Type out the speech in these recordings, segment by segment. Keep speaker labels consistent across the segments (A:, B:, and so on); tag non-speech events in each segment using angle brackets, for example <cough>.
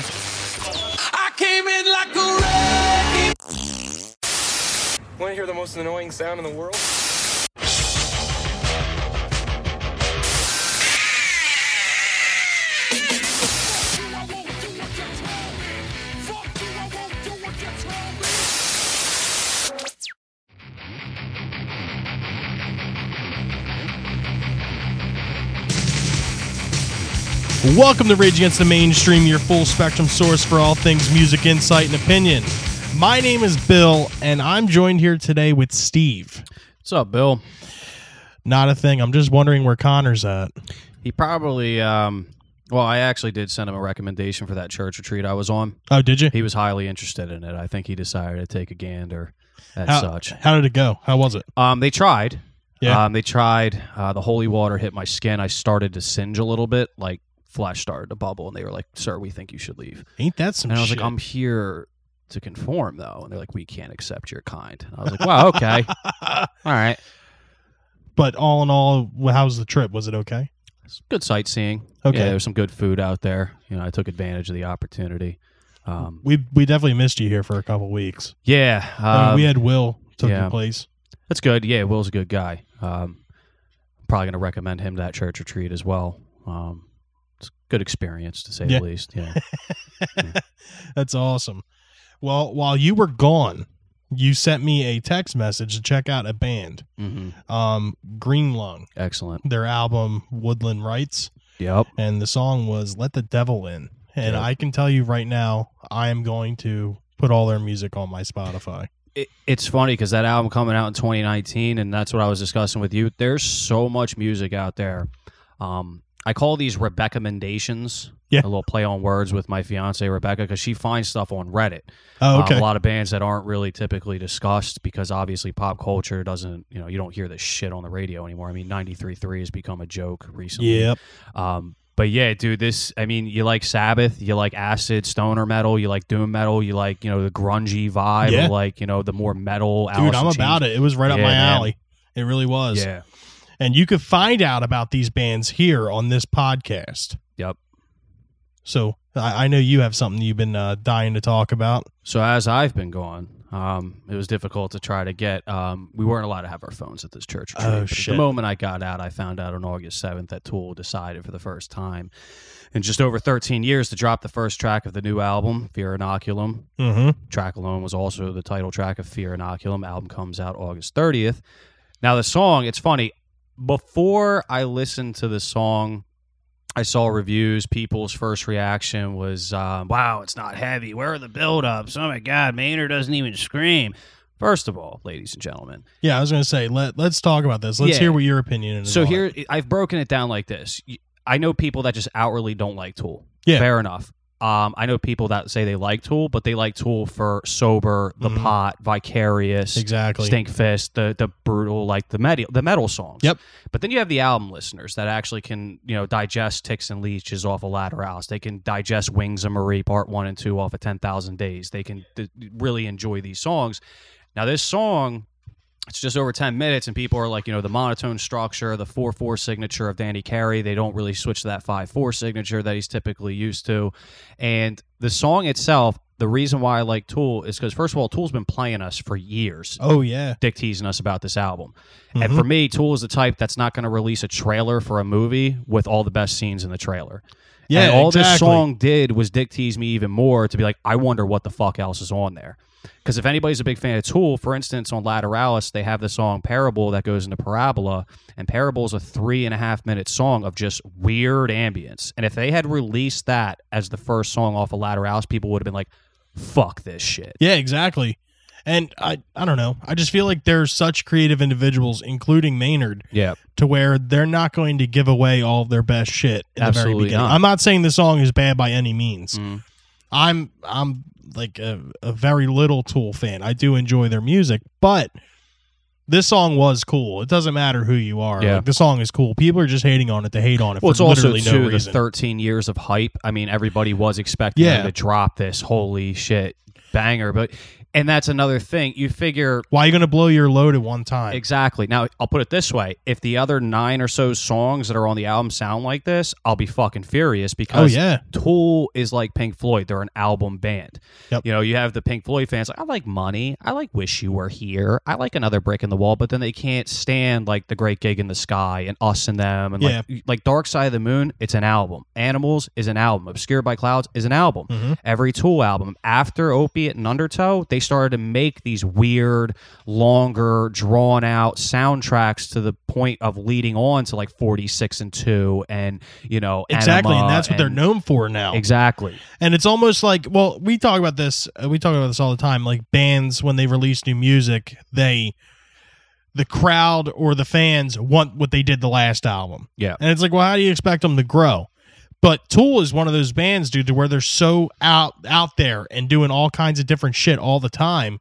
A: I came in like a wrecking.
B: Want to hear the most annoying sound in the world?
C: Welcome to Rage Against the Mainstream, your full spectrum source for all things music, insight, and opinion. My name is Bill, and I'm joined here today with Steve.
D: What's up, Bill?
C: Not a thing. I'm just wondering where Connor's at.
D: He probably, um, well, I actually did send him a recommendation for that church retreat I was on.
C: Oh, did you?
D: He was highly interested in it. I think he decided to take a gander at
C: How,
D: such.
C: how did it go? How was it?
D: Um, they tried.
C: Yeah.
D: Um, they tried. Uh, the holy water hit my skin. I started to singe a little bit, like flesh started to bubble, and they were like, "Sir, we think you should leave."
C: Ain't that some
D: And I was
C: Oh, shit?
D: like, "I'm here to conform, though," and they're like, "We can't accept your kind." And I was like,
C: <laughs>
D: "Wow, okay, all right,
C: <laughs> but all in all, wh- how was the trip? Was it okay?
D: It's good sightseeing.
C: Okay.
D: yeah, there was some good food out there. You know, I took advantage of the opportunity. Um,
C: We we definitely missed you here for a couple weeks.
D: yeah,
C: I mean,
D: um,
C: uh, we had Will took
D: yeah.
C: your place.
D: that's good. Yeah, Will's a good guy. Um, probably going to recommend him that church retreat as well. Um, it's a good experience to say
C: Yeah.
D: the least.
C: <laughs>
D: Yeah, Hmm.
C: That's awesome. Well, while you were gone, you sent me a text message to check out a band,
D: hmm
C: um, Green Lung.
D: excellent.
C: their album Woodland Rights,
D: Yep.
C: and the song was "Let the Devil In." And
D: Yeah.
C: I can tell you right now, I am going to put all their music on my Spotify.
D: It, it's funny because that album coming out in 2019, and that's what I was discussing with you. There's so much music out there. Um, I call these Rebecca mendations.
C: Yeah.
D: A little play on words with my fiance Rebecca because she finds stuff on Reddit.
C: Oh,
D: Um,
C: okay.
D: a lot of bands that aren't really typically discussed because obviously pop culture doesn't, you know, you don't hear this shit on the radio anymore. I mean, 93.3 has become a joke recently.
C: yep.
D: Um, but yeah, dude, this, I mean, you like Sabbath, you like acid, stoner metal, you like doom metal, you like, you know, the grungy vibe,
C: Yeah.
D: or like, you know, the more metal.
C: Dude, I'm about it. It was right up
D: Yeah,
C: my
D: man.
C: alley. It really was.
D: Yeah.
C: And you could find out about these bands here on this podcast.
D: Yep.
C: So I, I know you have something you've been uh, dying to talk about.
D: So as I've been gone, um, it was difficult to try to get. Um, we weren't allowed to have our phones at this church. retreat,
C: Oh,
D: but at
C: shit.
D: The moment I got out, I found out on August seventh that Tool decided for the first time in just over thirteen years to drop the first track of the new album, Fear Inoculum.
C: Mm-hmm.
D: Track alone was also the title track of Fear Inoculum. Album comes out August thirtieth. Now the song, it's funny. Before I listened to the song. I saw reviews. People's first reaction was, um, "Wow, it's not heavy. Where are the buildups? Oh my God, Maynard doesn't even scream." First of all, ladies and gentlemen,
C: Yeah, I was going to say let let's talk about this. Let's
D: Yeah.
C: hear what your opinion is.
D: so
C: on it.
D: here I've broken it down like this. Y- I know people that just outwardly don't like Tool.
C: Yeah.
D: fair enough. Um, I know people that say they like Tool, but they like Tool for sober, the
C: Mhm.
D: pot, vicarious,
C: exactly.
D: Stink Fist, the the brutal, like the metal the metal songs.
C: Yep.
D: But then you have the album listeners that actually can you know digest Ticks and Leeches off of Lateralis. They can digest Wings of Marie Part One and Two off of Ten Thousand Days. They can th- really enjoy these songs. Now this song. It's just over ten minutes, and people are like, you know, the monotone structure, the four four signature of Danny Carey. They don't really switch to that five four signature that he's typically used to. And the song itself, the reason why I like Tool is because first of all, Tool's been playing us for years
C: Oh yeah.
D: dick teasing us about this album.
C: Mhm.
D: And for me, Tool is the type that's not going to release a trailer for a movie with all the best scenes in the trailer.
C: Yeah.
D: and all this
C: exactly.
D: song did was dick tease me even more to be like, I wonder what the fuck else is on there. Because if anybody's a big fan of Tool, for instance, on Lateralis, they have the song Parable that goes into Parabola, and Parable is a three and a half minute song of just weird ambience. And if they had released that as the first song off of Lateralis, people would have been like, fuck this shit.
C: Yeah, exactly. And I, I don't know. I just feel like there's such creative individuals, including Maynard,
D: Yeah.
C: to where they're not going to give away all of their best shit in the very
D: Absolutely
C: beginning.
D: not.
C: I'm not saying the song is bad by any means.
D: Mm.
C: I'm, I'm like a, a very little Tool fan. I do enjoy their music, but this song was cool. It doesn't matter who you are.
D: Yeah.
C: Like, the song is cool. People are just hating on it to hate on it
D: Well, it's
C: for
D: also
C: literally
D: too,
C: no
D: the
C: reason.
D: 13 years of hype. I mean, everybody was expecting
C: Yeah.
D: them to drop this holy shit banger, but And that's another thing. You figure
C: Why are you going to blow your load at one time?
D: exactly. Now, I'll put it this way if the other nine or so songs that are on the album sound like this, I'll be fucking
C: oh
D: furious because
C: yeah,
D: Tool is like Pink Floyd. They're an album band.
C: Yep.
D: You know, you have the Pink Floyd fans like, I like money. I like Wish You Were Here. I like another brick in the wall, but then they can't stand like the great gig in the sky and us and them and like like Dark Side of the Moon, it's an album. Animals is an album. Obscured by Clouds is an album.
C: Mm-hmm.
D: Every Tool album. After Opiate and Undertow, they started to make these weird, longer, drawn out soundtracks to the point of leading on to like forty six and two and you know
C: exactly, and
D: Anima
C: that's what they're known for now.
D: Exactly.
C: And it's almost like, well, we talk about this. uh, We talk about this all the time. Like bands, when they release new music, they, the crowd or the fans want what they did the last album.
D: Yeah.
C: And it's like, well, how do you expect them to grow? But Tool is one of those bands, dude, to where they're so out out there and doing all kinds of different shit all the time,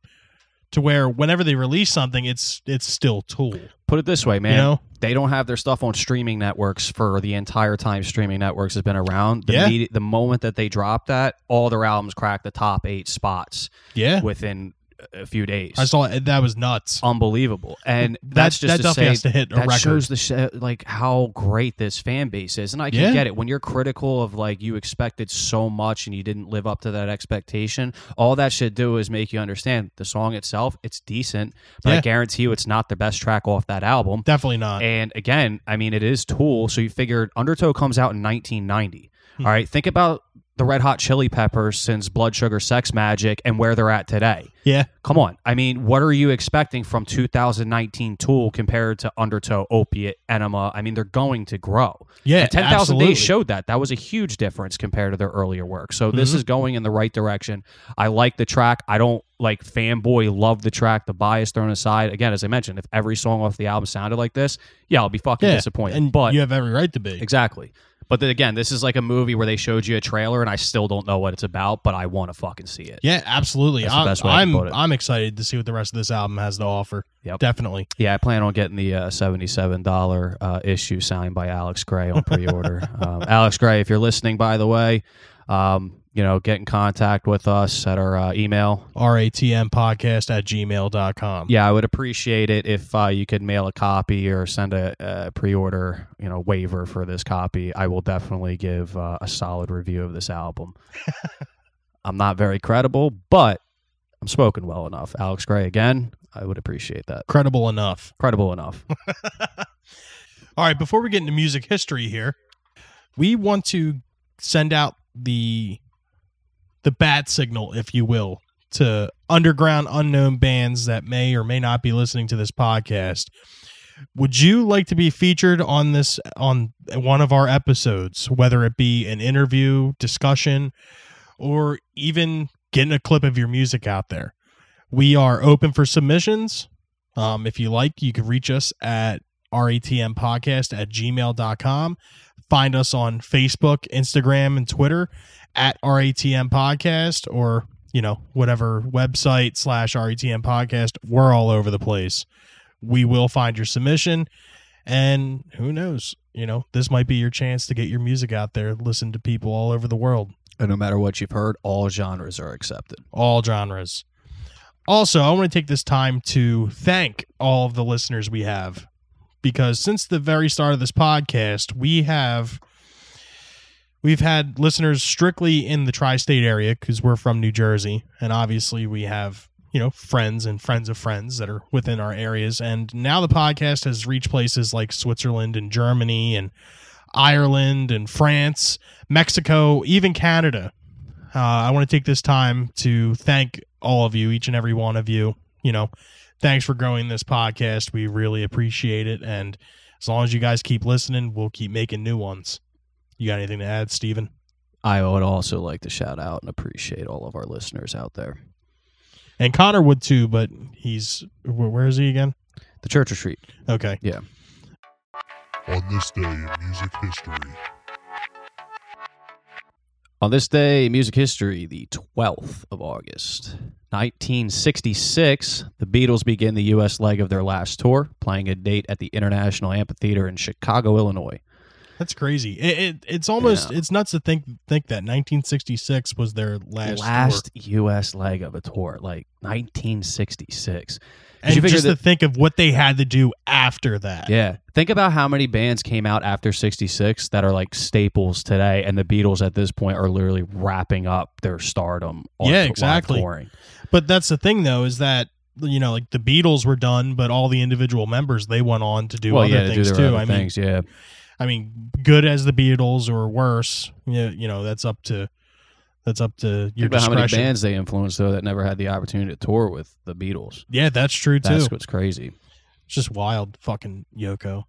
C: to where whenever they release something, it's it's still Tool.
D: Put it this way, man.
C: You know?
D: They don't have their stuff on streaming networks for the entire time streaming networks has been around. The,
C: Yeah.
D: medi- the moment that they dropped that, all their albums cracked the top eight spots
C: Yeah.
D: within a few days.
C: I saw it. That was nuts.
D: Unbelievable, and that's
C: that
D: just to
C: definitely
D: say
C: has to hit a
D: that
C: record.
D: shows the sh- like how great this fan base is, and I can
C: Yeah.
D: get it when you're critical of like you expected so much and you didn't live up to that expectation. All that should do is make you understand the song itself. It's decent, but
C: Yeah.
D: I guarantee you, it's not the best track off that album.
C: Definitely not.
D: And again, I mean, it is Tool. So you figured Undertow comes out in 1990. All right. Think about the Red Hot Chili Peppers since Blood Sugar Sex Magic and where they're at today.
C: yeah.
D: Come on. I mean, what are you expecting from 2019 Tool compared to Undertow, Opiate, Enema? I mean, they're going to grow.
C: Yeah,
D: And 10,000
C: absolutely.
D: Days showed that. That was a huge difference compared to their earlier work. So this
C: Mm-hmm.
D: is going in the right direction. I like the track. I don't like fanboy love the track. The bias thrown aside. Again, as I mentioned, if every song off the album sounded like this, yeah, I'll be fucking
C: Yeah.
D: disappointed.
C: And
D: but
C: you have every right to be.
D: exactly. But then again, this is like a movie where they showed you a trailer and I still don't know what it's about, but I want to fucking see it.
C: Yeah, absolutely.
D: That's the
C: I'm,
D: best way I can
C: I'm,
D: put it.
C: I'm excited to see what the rest of this album has to offer.
D: Yep.
C: Definitely.
D: Yeah, I plan on getting the uh, seventy-seven dollar uh, issue signed by Alex Gray on pre-order. um, Alex Gray, if you're listening, by the way, um, you know, get in contact with us at our uh, email.
C: RATM podcast at gmail.com.
D: Yeah, I would appreciate it if uh, you could mail a copy or send a, uh pre-order, you know, waiver for this copy. I will definitely give uh, a solid review of this album. I'm not very credible, but I'm spoken well enough. Alex Gray, again, I would appreciate that.
C: Credible enough.
D: Credible enough.
C: All right, before we get into music history here, we want to send out the the bat signal, if you will, to underground unknown bands that may or may not be listening to this podcast. Would you like to be featured on this on one of our episodes, whether it be an interview, discussion, or even getting a clip of your music out there? We are open for submissions. Um, if you like, you can reach us at E ratmpodcast at gmail.com. Find us on Facebook, Instagram, and Twitter at RATM Podcast or, you know, whatever website slash RATM Podcast. We're all over the place. We will find your submission. And who knows? You know, this might be your chance to get your music out there, listen to people all over the world,
D: And no matter what you've heard, all genres are accepted.
C: all genres. Also, I want to take this time to thank all of the listeners we have because since the very start of this podcast, we have we've had listeners strictly in the tri-state area because we're from New Jersey, and obviously we have you know friends and friends of friends that are within our areas. And now the podcast has reached places like Switzerland and Germany and Ireland and France, Mexico, even Canada. Uh, I want to take this time to thank all of you, each and every one of you. You know, thanks for growing this podcast. We really appreciate it. And as long as you guys keep listening, we'll keep making new ones. You got anything to add, Steven?
D: I would also like to shout out and appreciate all of our listeners out there.
C: And Connor would too, but he's wh- where is he again?
D: The Church Retreat.
C: Okay.
D: Yeah.
E: on this day in music history.
D: On this day, in music history, the 12th of August, 1966, the Beatles begin the U.S. leg of their last tour, playing a date at the International Amphitheater in Chicago, Illinois.
C: That's crazy. It, it it's almost it's nuts to think think that 1966 was their last
D: Last,
C: tour.
D: U.S. leg of a tour, like 1966. 'Cause
C: and
D: you figure
C: just to
D: that-
C: think of what they had to do after that.
D: Yeah. Think about how many bands came out after 66 that are like staples today. And the Beatles at this point are literally wrapping up their stardom. On
C: Yeah,
D: t- while
C: exactly.
D: Touring.
C: But that's the thing though is that you know like the Beatles were done, but all the individual members they went on to do
D: well,
C: other
D: yeah, to
C: things
D: do
C: too.
D: their other
C: I mean,
D: things. yeah.
C: I mean, good as the Beatles or worse, you know, you know that's up to that's up to your
D: Think about how many
C: discretion.
D: bands they influenced, though, that never had the opportunity to tour with the Beatles.
C: Yeah, that's true too.
D: That's what's crazy.
C: it's just wild, fucking Yoko.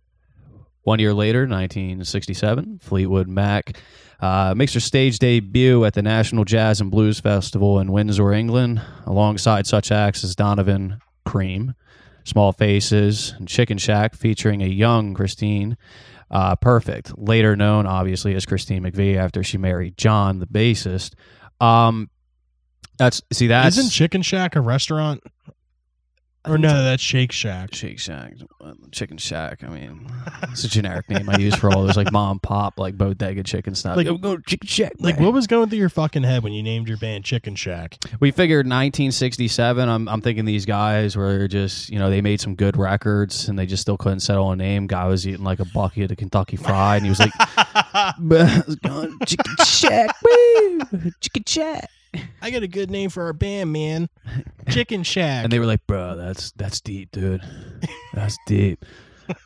D: One year later, 1967, Fleetwood Mac uh, makes her stage debut at the National Jazz and Blues Festival in Windsor, England, alongside such acts as Donovan Cream, Small Faces, and Chicken Shack, featuring a young Christine uh, Perfect, later known obviously as Christine McVie after she married John, the bassist. Um, that's see that's
C: Isn't Chicken Shack a restaurant? Or no, that's Shake Shack.
D: Shake Shack, Chicken Shack. I mean, it's a generic name I use for all those like mom pop, like bodega chicken stuff.
C: Like-
D: Like, go to Chicken Shack.
C: Like,
D: man.
C: what was going through your fucking head when you named your band Chicken
D: <laughs>
C: Shack?
D: we figured 1967. I'm, I'm thinking these guys were just, you know, they made some good records and they just still couldn't settle on a name. Guy was eating like a bucket of Kentucky Fried and he
C: <laughs>
D: was like, "Going to Chicken Shack, woo, Chicken Shack.
C: I got a good name for our band,
D: <laughs>
C: man. Chicken Shack.
D: And they were like, bro, that's that's deep, dude. That's deep.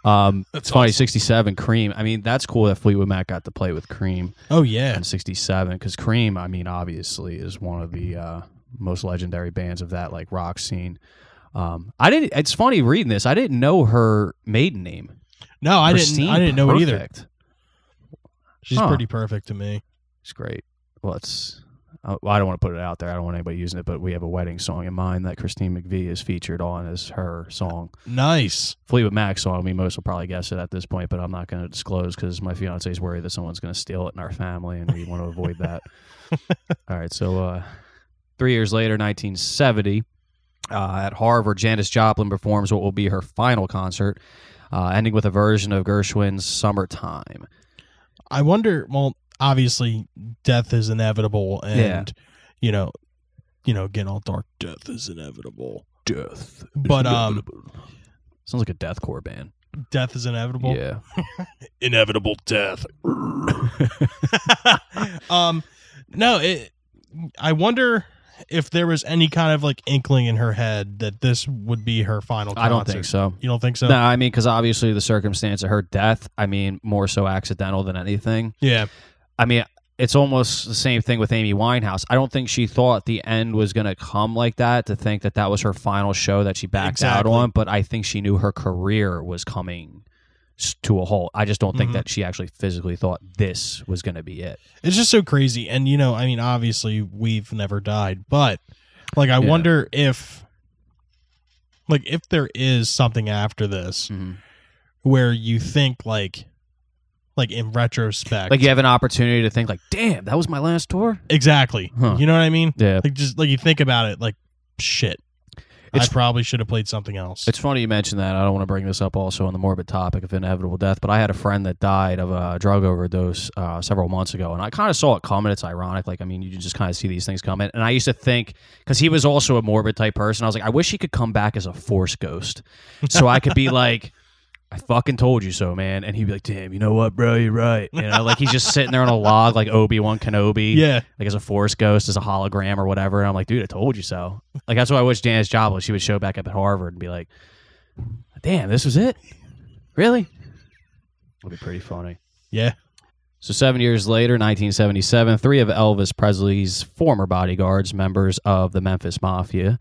D: Um,
C: That's
D: it's funny, 67, Cream. I mean, that's cool that Fleetwood Mac got to play with Cream.
C: oh yeah,
D: and 67 because cream i mean obviously is one of the uh, most legendary bands of that like rock scene um, i didn't it's funny reading this i didn't know her maiden name
C: no, I
D: Christine
C: didn't. I didn't know it either.
D: Perfect.
C: She's
D: Huh.
C: pretty perfect to me.
D: it's great well it's I I don't want to put it out there. I don't want anybody using it, but we have a wedding song in mind that Christine McVie is featured on as her song.
C: Nice.
D: Fleetwood Mac song. I mean, most will probably guess it at this point, but I'm not going to disclose because my fiance is worried that someone's going to steal it in our family, and we want to avoid that. All right, so uh, three years later, 1970, uh, at Harvard, Janis Joplin performs what will be her final concert, uh, ending with a version of Gershwin's "Summertime."
C: I wonder. Well, obviously, death is inevitable, and
D: Yeah.
C: you know, you know, getting all dark. Death is inevitable,
D: Death,
C: but um,
D: sounds like a deathcore band.
C: death is inevitable.
D: Yeah,
C: inevitable
D: <laughs>
C: death. <laughs> um, no, it, I wonder if there was any kind of like inkling in her head that this would be her final. Concert.
D: I don't think so.
C: You don't think so?
D: No, I mean, because obviously the circumstance of her death, I mean, more so accidental than anything.
C: Yeah,
D: I mean, it's almost the same thing with Amy Winehouse. I don't think she thought the end was going to come like that to think that that was her final show that she backed
C: Exactly.
D: out on, but I think she knew her career was coming s- to a halt. I just don't think
C: Mhm.
D: that she actually physically thought this was going to be it.
C: it's just so crazy. And you know, I mean, obviously we've never died, but like, I
D: Yeah.
C: wonder if, like, if there is something after this where you think like, like in retrospect,
D: Like you have an opportunity to think like, "Damn, that was my last tour?"
C: exactly.
D: Huh.
C: You know what I mean?
D: Yeah.
C: Like just like you think about it, like shit.
D: It's-
C: I probably should have played something else.
D: It's funny you mentioned that. I don't want to bring this up also on the morbid topic of inevitable death, but I had a friend that died of a drug overdose uh, several months ago, and I kind of saw it coming. It's ironic. Like, I mean, you just kind of see these things coming. And I used to think, because he was also a morbid type person, I was like, I wish he could come back as a force ghost. So I could be like, I fucking told you so, man. And he'd be like, damn, you know what, bro? You're right. You know, like he's just sitting there on a log like Obi Wan Kenobi
C: yeah,
D: like as a force ghost, as a hologram or whatever. And I'm like, dude, I told you so. Like that's why I wish Janice Joplin she would show back up at Harvard and be like, damn, this was it, really? Would be pretty funny.
C: yeah.
D: So seven years later, 1977, three of Elvis Presley's former bodyguards, members of the Memphis Mafia,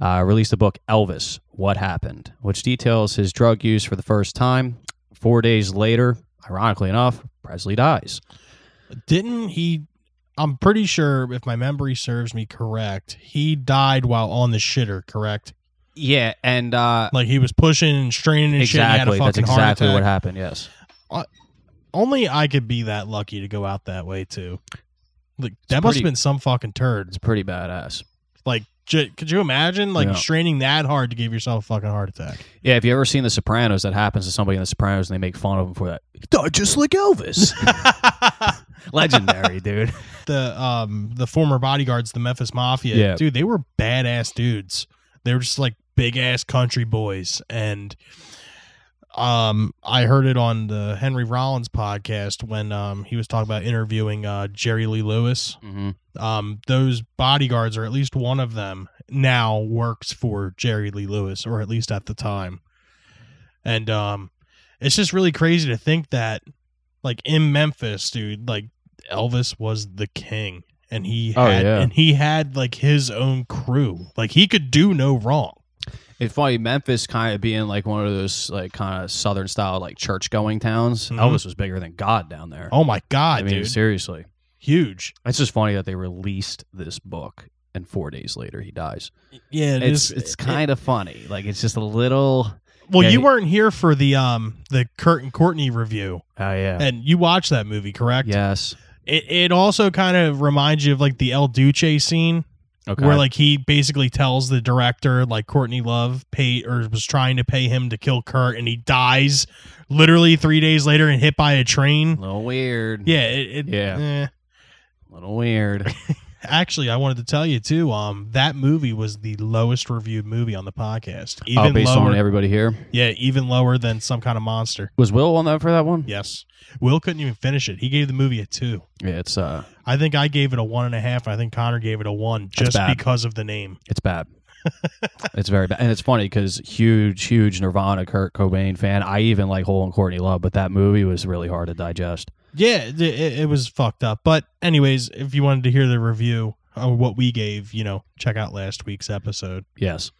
D: uh, released the book Elvis: What Happened, which details his drug use for the first time. Four days later, ironically enough, Presley dies.
C: Didn't he? I'm pretty sure, if my memory serves me correct, he died while on the shitter. Correct?
D: Yeah, and uh,
C: Like he was pushing and straining and shit.
D: exactly
C: He had a
D: that's
C: fucking
D: exactly
C: heart
D: what
C: attack.
D: happened yes
C: Only I could be that lucky to go out that way too. Like that must have
D: pretty-
C: been some fucking turd.
D: it's pretty badass
C: J- could you imagine like
D: Yeah.
C: straining that hard to give yourself a fucking heart attack? <laughs>
D: Yeah, if you ever seen The Sopranos, that happens to somebody in The Sopranos and they make fun of him for that. "Duh, Just
C: <laughs>
D: like Elvis. Legendary, dude.
C: the um the former bodyguards, the Memphis Mafia,
D: Yeah.
C: dude, they were badass dudes. They were just like big ass country boys, and um, I heard it on the Henry Rollins podcast when um he was talking about interviewing uh Jerry Lee Lewis.
D: hmm
C: Um, those bodyguards, or at least one of them, now works for Jerry Lee Lewis, or at least at the time, and um, it's just really crazy to think that like in Memphis, dude, like Elvis was the king and he
D: Oh,
C: had
D: yeah.
C: and he had like his own crew. Like he could do no wrong.
D: It's funny, Memphis kind of being like one of those like kind of southern style like church going towns.
C: Mhm.
D: Elvis was bigger than God down there.
C: Oh my god,
D: I mean,
C: dude.
D: seriously.
C: Huge.
D: It's just funny that they released this book and four days later he dies.
C: Yeah,
D: it's it's kind of funny. Like it's just a little.
C: Well,
D: yeah,
C: you
D: he-
C: weren't here for the um the Kurt and Courtney review
D: Oh yeah.
C: and you watched that movie, correct?
D: Yes.
C: It it also kind of reminds you of like the El Duce scene
D: Okay.
C: where like he basically tells the director like Courtney Love paid or was trying to pay him to kill Kurt and he dies literally 3 days later and hit by a train.
D: a little weird.
C: Yeah, it, it
D: Yeah.
C: eh.
D: A little weird.
C: Actually, I wanted to tell you too. Um, that movie was the lowest reviewed movie on the podcast. Even
D: oh, based
C: lower,
D: on everybody here.
C: yeah, even lower than some kind of monster.
D: Was Will on that for that one?
C: Yes, Will couldn't even finish it. He gave the movie a two.
D: Yeah, it's uh
C: I think I gave it a one and a half. And I think Connor gave it a one just
D: bad.
C: because of the name.
D: it's <laughs> bad. it's very bad. And it's funny because huge, huge Nirvana Kurt Cobain fan. I even like Hole and Courtney Love, but that movie was really hard to digest.
C: Yeah, it, it, it was fucked up. But anyways, if you wanted to hear the review or what we gave, you know, check out last week's episode.
D: Yes.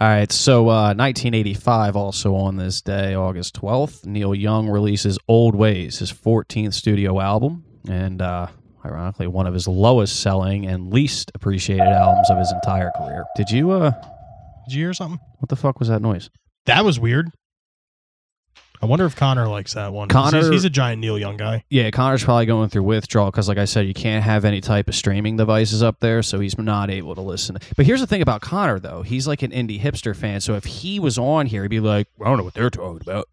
D: All right, so uh, 1985, also on this day, August 12th, Neil Young releases Old Ways, his 14th studio album, and uh, ironically, one of his lowest selling and least appreciated albums of his entire career. Did you, uh,
C: Did you hear something?
D: what the fuck was that noise?
C: That was weird. I wonder if Connor likes that one. 'cause he's,
D: Connor-
C: he's a giant Neil Young guy.
D: Yeah, Connor's probably going through withdrawal because, like I said, you can't have any type of streaming devices up there, so he's not able to listen. But here's the thing about Connor, though. He's like an indie hipster fan, so if he was on here, he'd be like, I don't know what they're talking about.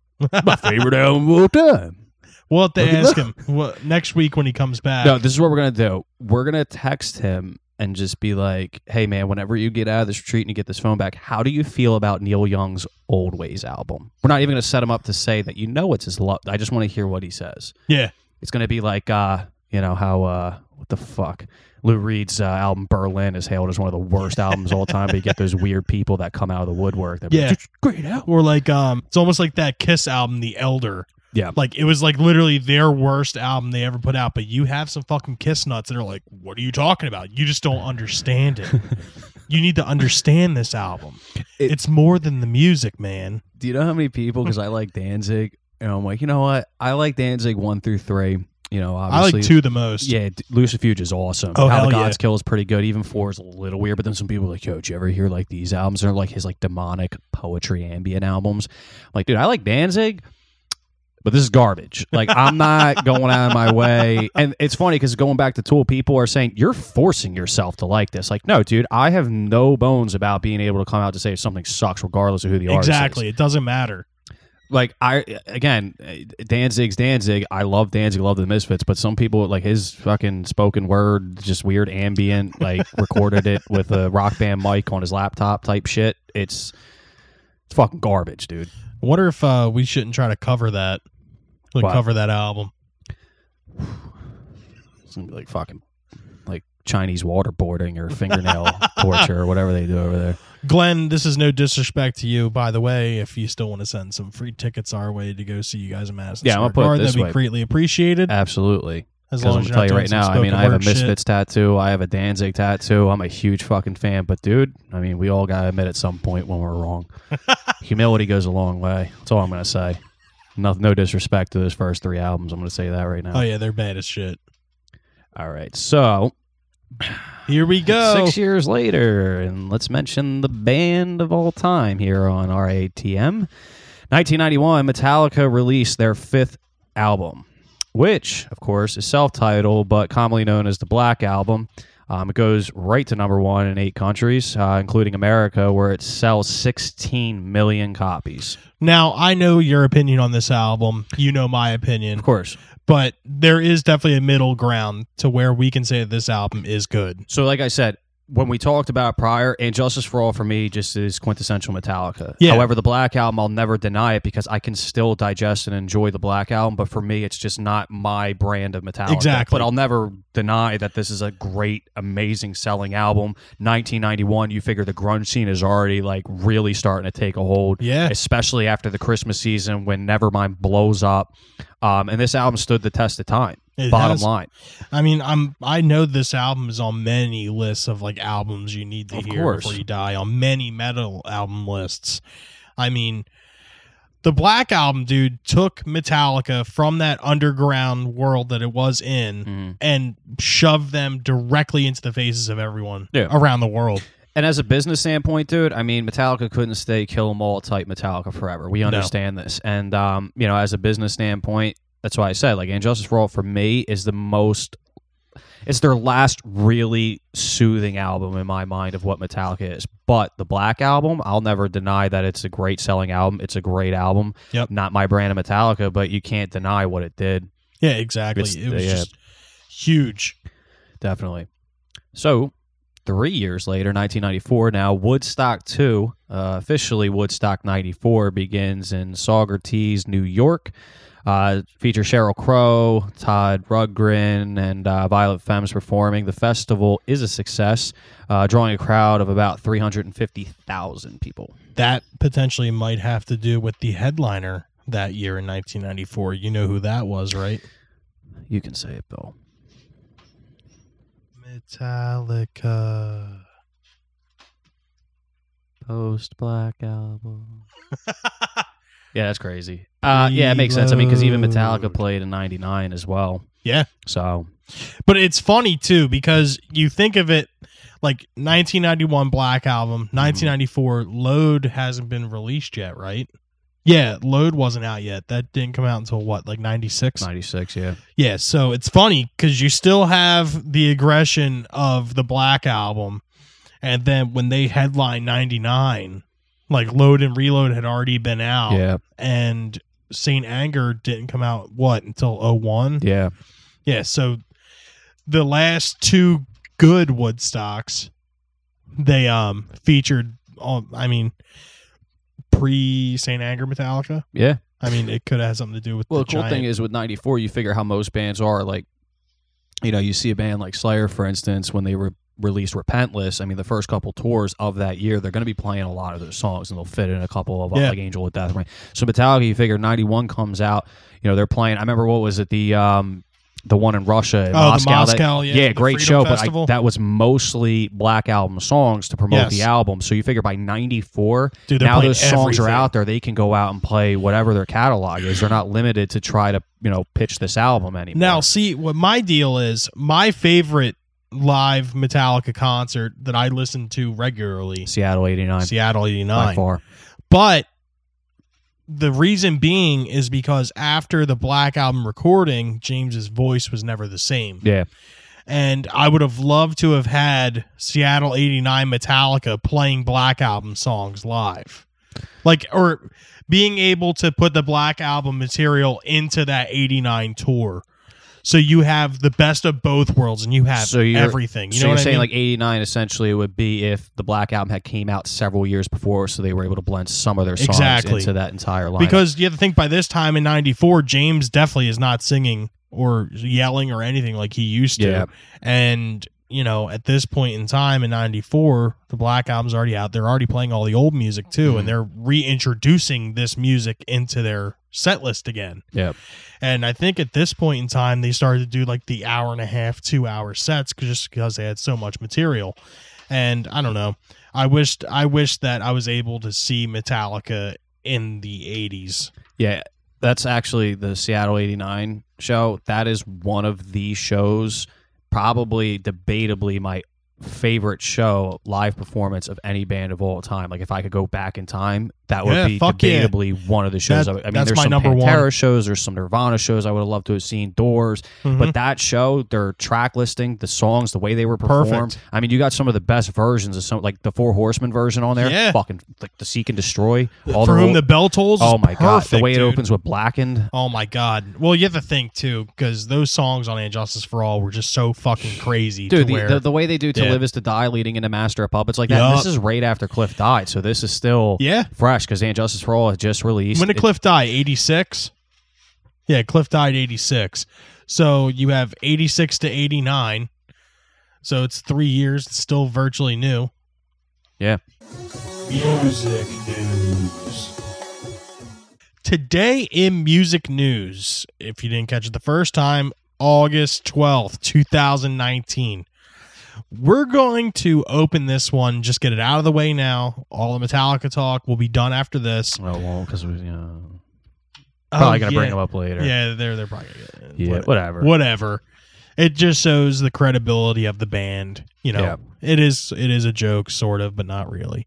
D: My favorite album of all time.
C: We'll have to
D: Look at
C: ask him what, next week when he comes back.
D: No, this is what we're going to do. We're going to text him and just be like, hey, man, whenever you get out of this retreat and you get this phone back, how do you feel about Neil Young's Old Ways album? We're not even going to set him up to say that you know it's his love. I just want to hear what he says.
C: yeah,
D: It's going to be like, uh, you know, how, uh, what the fuck? Lou Reed's uh, album Berlin is hailed as one of the worst albums of all time, but you
C: <laughs>
D: get those weird people that come out of the woodwork. That
C: yeah, great album. Or like, um, it's almost like that Kiss album, The Elder.
D: Yeah.
C: like it was like literally their worst album they ever put out. But you have some fucking Kiss nuts that are like, what are you talking about? You just don't understand <laughs> it. you need to understand this album.
D: It-
C: it's more than the music, man.
D: do you know how many people? Because I like Danzig, and I'm like, you know what? I like Danzig one through three. You know,
C: I
D: obviously
C: like two the most.
D: Yeah, d- Lucifuge is awesome.
C: Oh,
D: How
C: hell
D: the
C: yeah.
D: Gods Kill is pretty good. Even four is a little weird, but then some people are like, yo, did you ever hear like these albums? They're like his like demonic poetry ambient albums. I'm like, dude, I like Danzig, but this is garbage. Like,
C: <laughs>
D: I'm not going out of my way. And it's funny because going back to Tool, people are saying, you're forcing yourself to like this. Like, no, dude, I have no bones about being able to come out to say if something sucks, regardless of who the artist is
C: exactly. It doesn't matter.
D: like I again, Danzig's Danzig. I love Danzig, love the Misfits, but some people like his fucking spoken word, just weird ambient, like recorded it with a rock band mic on his laptop type shit. It's it's fucking garbage, dude.
C: I wonder if uh, we shouldn't try to cover that. Like
D: What?
C: cover that album.
D: It's gonna be like fucking like Chinese waterboarding or fingernail torture or whatever they do over there.
C: Glenn, this is no disrespect to you, by the way. If you still want to send some free tickets our way to go see you guys in Madison,
D: Yeah, I'm
C: Square
D: gonna put it
C: Garden,
D: this
C: that'd be
D: way.
C: greatly appreciated.
D: Absolutely.
C: As
D: Because
C: long
D: I'm
C: as you're
D: gonna tell
C: not
D: you
C: doing
D: right
C: some
D: now, I mean,
C: spoken
D: I have a
C: word shit.
D: Misfits tattoo, I have a Danzig tattoo. I'm a huge fucking fan, but dude, I mean, we all gotta admit at some point when
C: <laughs>
D: we're wrong. Humility goes a long way. That's all I'm gonna say. No, no disrespect to those first three albums. I'm gonna say that right now.
C: Oh yeah, they're bad as shit.
D: All right, so
C: Here
D: <sighs>
C: we go.
D: six years later, and let's mention the band of all time here on RATM. 1991, Metallica released their fifth album, which, of course, is self titled but commonly known as the Black Album. Um, it goes right to number one in eight countries, uh, including America, where it sells 16 million copies.
C: Now, I know your opinion on this album. You know my opinion,
D: Of course.
C: but there is definitely a middle ground to where we can say that this album is good.
D: So, like I said, when we talked about it prior, and Justice for All for me just is quintessential Metallica.
C: Yeah.
D: However, the Black Album, I'll never deny it because I can still digest and enjoy the Black Album, but for me, it's just not my brand of Metallica.
C: Exactly.
D: But I'll never deny that this is a great, amazing selling album. 1991, you figure the grunge scene is already like really starting to take a hold.
C: Yeah.
D: Especially after the Christmas season when Nevermind blows up. Um, and this album stood the test of time.
C: It
D: bottom
C: has.
D: line.
C: I mean, I'm I know this album is on many lists of like albums you need to
D: Of
C: hear
D: course.
C: before you die on many metal album lists. I mean, the Black Album, dude, took Metallica from that underground world that it was in
D: Mhm.
C: and shoved them directly into the faces of everyone
D: Yeah.
C: around the world.
D: And as a business standpoint, dude, I mean, Metallica couldn't stay kill 'em all type Metallica forever. We understand this, and um, you know, as a business standpoint, that's why I said like, "Injustice for All" for me is the most. It's their last really soothing album in my mind of what Metallica is. But the Black Album, I'll never deny that it's a great selling album. It's a great album.
C: Yep.
D: Not my brand of Metallica, but you can't deny what it did.
C: Yeah, exactly.
D: It's-
C: it was
D: yeah.
C: just huge.
D: Definitely. So, three years later, 1994, now Woodstock 2, uh, officially Woodstock 94, begins in Saugerties, New York. Uh, features Cheryl Crow, Todd Rudgren, and uh, Violet Femmes performing. The festival is a success, uh, drawing a crowd of about 350,000 people.
C: That potentially might have to do with the headliner that year in 1994. You know who that was, right?
D: You can say it, Bill.
C: Metallica.
D: Post Black Album. <laughs> yeah, that's crazy. Uh, yeah, it makes sense. I mean, because even Metallica
C: Reload.
D: played in '99 as well.
C: Yeah.
D: So
C: But it's funny too because you think of it like 1991 Black Album, 1994 Load hasn't been released yet, right? Yeah, Load wasn't out yet. That didn't come out until what, like 96?
D: '96, yeah.
C: Yeah, so it's funny because you still have the aggression of the Black Album, and then when they headline '99, like Load and Reload had already been out,
D: Yeah,
C: and Saint Anger didn't come out what until '01.
D: yeah.
C: Yeah, so the last two good Woodstocks, they um featured all. I mean, pre Saint Anger Metallica.
D: Yeah.
C: I mean, it could have had something to do with
D: Well, the,
C: the
D: cool
C: giant-
D: thing is with 94, you figure how most bands are. Like, you know, you see a band like Slayer, for instance, when they re- released Repentless. I mean, the first couple tours of that year, they're going to be playing a lot of those songs and they'll fit in a couple of, uh,
C: Yeah.
D: like Angel with Death. Right? So, Metallica, you figure 91 comes out, you know, they're playing. I remember what was it? The, um, the one in Russia, in
C: Oh, the
D: Moscow. that-
C: Moscow, yeah, the
D: great
C: Freedom
D: show,
C: Festival.
D: but I, that was mostly Black Album songs to promote the
C: Yes.
D: album. So you figure by '94,
C: Dude, they're
D: now
C: playing
D: those songs are
C: everything.
D: out there. They can go out and play whatever their catalog is. They're not limited to try to you know pitch this album anymore.
C: Now, see what my deal is. My favorite live Metallica concert that I listen to regularly,
D: Seattle '89
C: Seattle
D: by
C: '89.
D: far.
C: But the reason being is because after the Black album recording, James's voice was never the same.
D: Yeah,
C: And I would have loved to have had Seattle 89 Metallica playing Black album songs live. Like or being able to put the Black album material into that 89 tour. So you have the best of both worlds and you have
D: So you're-
C: everything. You
D: so
C: know
D: you're
C: what I
D: saying
C: mean?
D: like '89 essentially it would be if the Black Album had came out several years before, so they were able to blend some of their songs
C: Exactly.
D: into that entire line.
C: because you have to think by this time in 94 james definitely is not singing or yelling or anything like he used to
D: Yeah.
C: and you know at this point in time in 94 the black album's already out they're already playing all the old music too
D: Mm-hmm.
C: and they're reintroducing this music into their set list again
D: Yep.
C: and i think at this point in time they started to do like the hour and a half two hour sets 'cause- just because they had so much material and i don't know i wished i wished that i was able to see metallica in the 80s
D: Yeah, that's actually the Seattle 89 show. That is one of the shows, probably debatably my favorite show live performance of any band of all time. Like if I could go back in time, that would
C: Yeah,
D: be
C: fuck yeah.
D: debatably one of the shows.
C: That-
D: I, I mean,
C: that's
D: there's
C: my
D: some
C: number one.
D: Pantera shows, there's some Nirvana shows I would have loved to have seen. Doors,
C: Mm-hmm.
D: but that show, their track listing, the songs, the way they were performed.
C: Perfect.
D: I mean, you got some of the best versions of some, like the Four Horsemen version on there.
C: Yeah.
D: fucking like the Seek and Destroy. All
C: for
D: the
C: whom
D: old-
C: the bell tolls.
D: oh
C: is
D: my god, the
C: perfect,
D: way it
C: dude.
D: opens with Blackened.
C: Oh my god! Well, you have to think too, because those songs on "Injustice for All" were just so fucking crazy.
D: Dude,
C: to
D: the,
C: where,
D: the, the way they do "To
C: Yeah.
D: Live Is to Die" leading into Master of Puppets like that.
C: Yup.
D: This is right after Cliff died, so this is still
C: Yeah.
D: fresh because "And Justice for All" has just released.
C: when did
D: It-
C: Cliff die? Eighty six. Yeah, Cliff died eighty six. So you have eighty six to eighty nine. So it's three years. It's still virtually new.
D: yeah,
E: Music news.
C: Today in music news, if you didn't catch it the first time, August 12th, 2019. We're going to open this one, just get it out of the way now. All the Metallica talk will be done after this.
D: well, Oh, well, because we, you know, probably
C: Oh,
D: gonna
C: yeah.
D: bring them up later.
C: Yeah, they're they're probably gonna
D: Yeah,
C: whatever.
D: whatever.
C: whatever. It just shows the credibility of the band. You know,
D: Yeah.
C: it is it is a joke, sort of, but not really.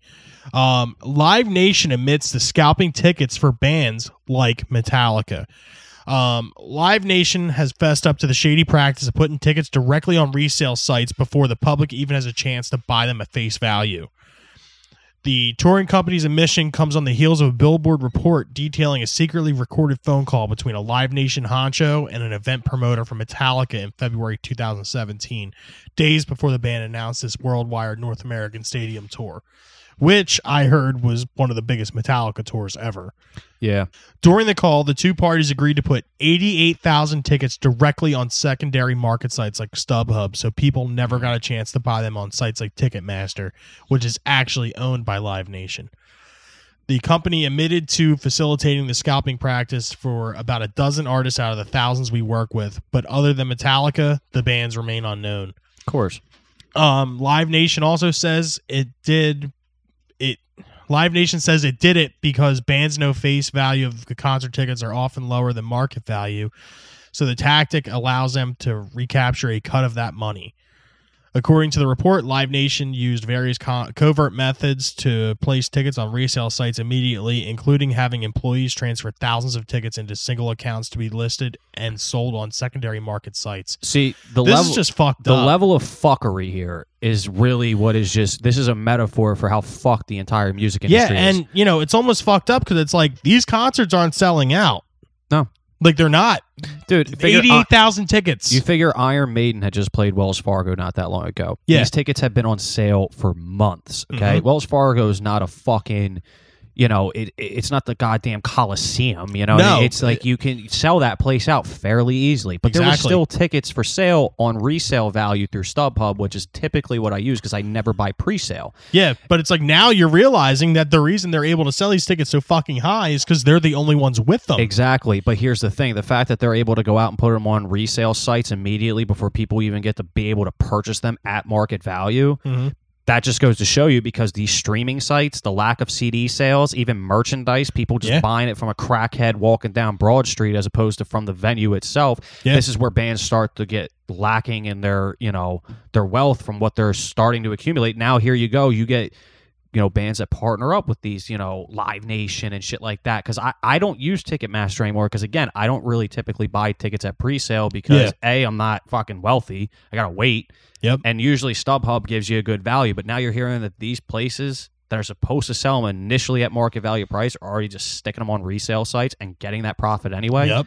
C: Um, Live Nation admits to scalping tickets for bands like Metallica. Um, Live Nation has fessed up to the shady practice of putting tickets directly on resale sites before the public even has a chance to buy them at face value. The touring company's admission comes on the heels of a billboard report detailing a secretly recorded phone call between a Live Nation honcho and an event promoter from Metallica in February 2017, days before the band announced its worldwide North American stadium tour, which I heard was one of the biggest Metallica tours ever.
D: Yeah,
C: During the call, the two parties agreed to put 88,000 tickets directly on secondary market sites like StubHub, so people never got a chance to buy them on sites like Ticketmaster, which is actually owned by Live Nation. The company admitted to facilitating the scalping practice for about a dozen artists out of the thousands we work with, but other than Metallica, the bands remain unknown.
D: of course.
C: Um, Live Nation also says it did it. Live Nation says it did it because bands know face value of the concert tickets are often lower than market value, so the tactic allows them to recapture a cut of that money. According to the report, Live Nation used various co- covert methods to place tickets on resale sites immediately, including having employees transfer thousands of tickets into single accounts to be listed and sold on secondary market sites.
D: See, the
C: This
D: level
C: is just fucked
D: the
C: up.
D: level of fuckery here is really what is just. This is a metaphor for how fucked the entire music
C: Yeah,
D: industry is.
C: and you know it's almost fucked up because it's like these concerts aren't selling out.
D: No.
C: like they're not.
D: dude, figure, uh,
C: Eighty-eight thousand tickets.
D: You figure Iron Maiden had just played Wells Fargo not that long ago.
C: Yeah. Mm-hmm.
D: These tickets have been on sale for months. Okay. Wells Fargo is not a fucking, you know, it, it- it's not the goddamn Coliseum. You know,
C: No.
D: it's like you can sell that place out fairly easily. But there were
C: Exactly.
D: still tickets for sale on resale value through StubHub, which is typically what I use because I never buy pre-sale.
C: yeah, but it's like now you're realizing that the reason they're able to sell these tickets so fucking high is because they're the only ones with them.
D: Exactly. But here's the thing the fact that they're able to go out and put them on resale sites immediately before people even get to be able to purchase them at market value.
C: Mm-hmm.
D: That just goes to show you because these streaming sites, the lack of CD sales, even merchandise, people just
C: Yeah.
D: buying it from a crackhead walking down Broad Street as opposed to from the venue itself.
C: Yeah.
D: This is where bands start to get lacking in their, you know, their wealth from what they're starting to accumulate. Now here you go, you get you know bands that partner up with these you know live nation and shit like that because I, I don't use ticketmaster anymore because again i don't really typically buy tickets at pre-sale because a i'm not fucking wealthy i gotta wait
C: Yep.
D: and usually stubhub gives you a good value but now you're hearing that these places that are supposed to sell them initially at market value price are already just sticking them on resale sites and getting that profit anyway
C: Yep.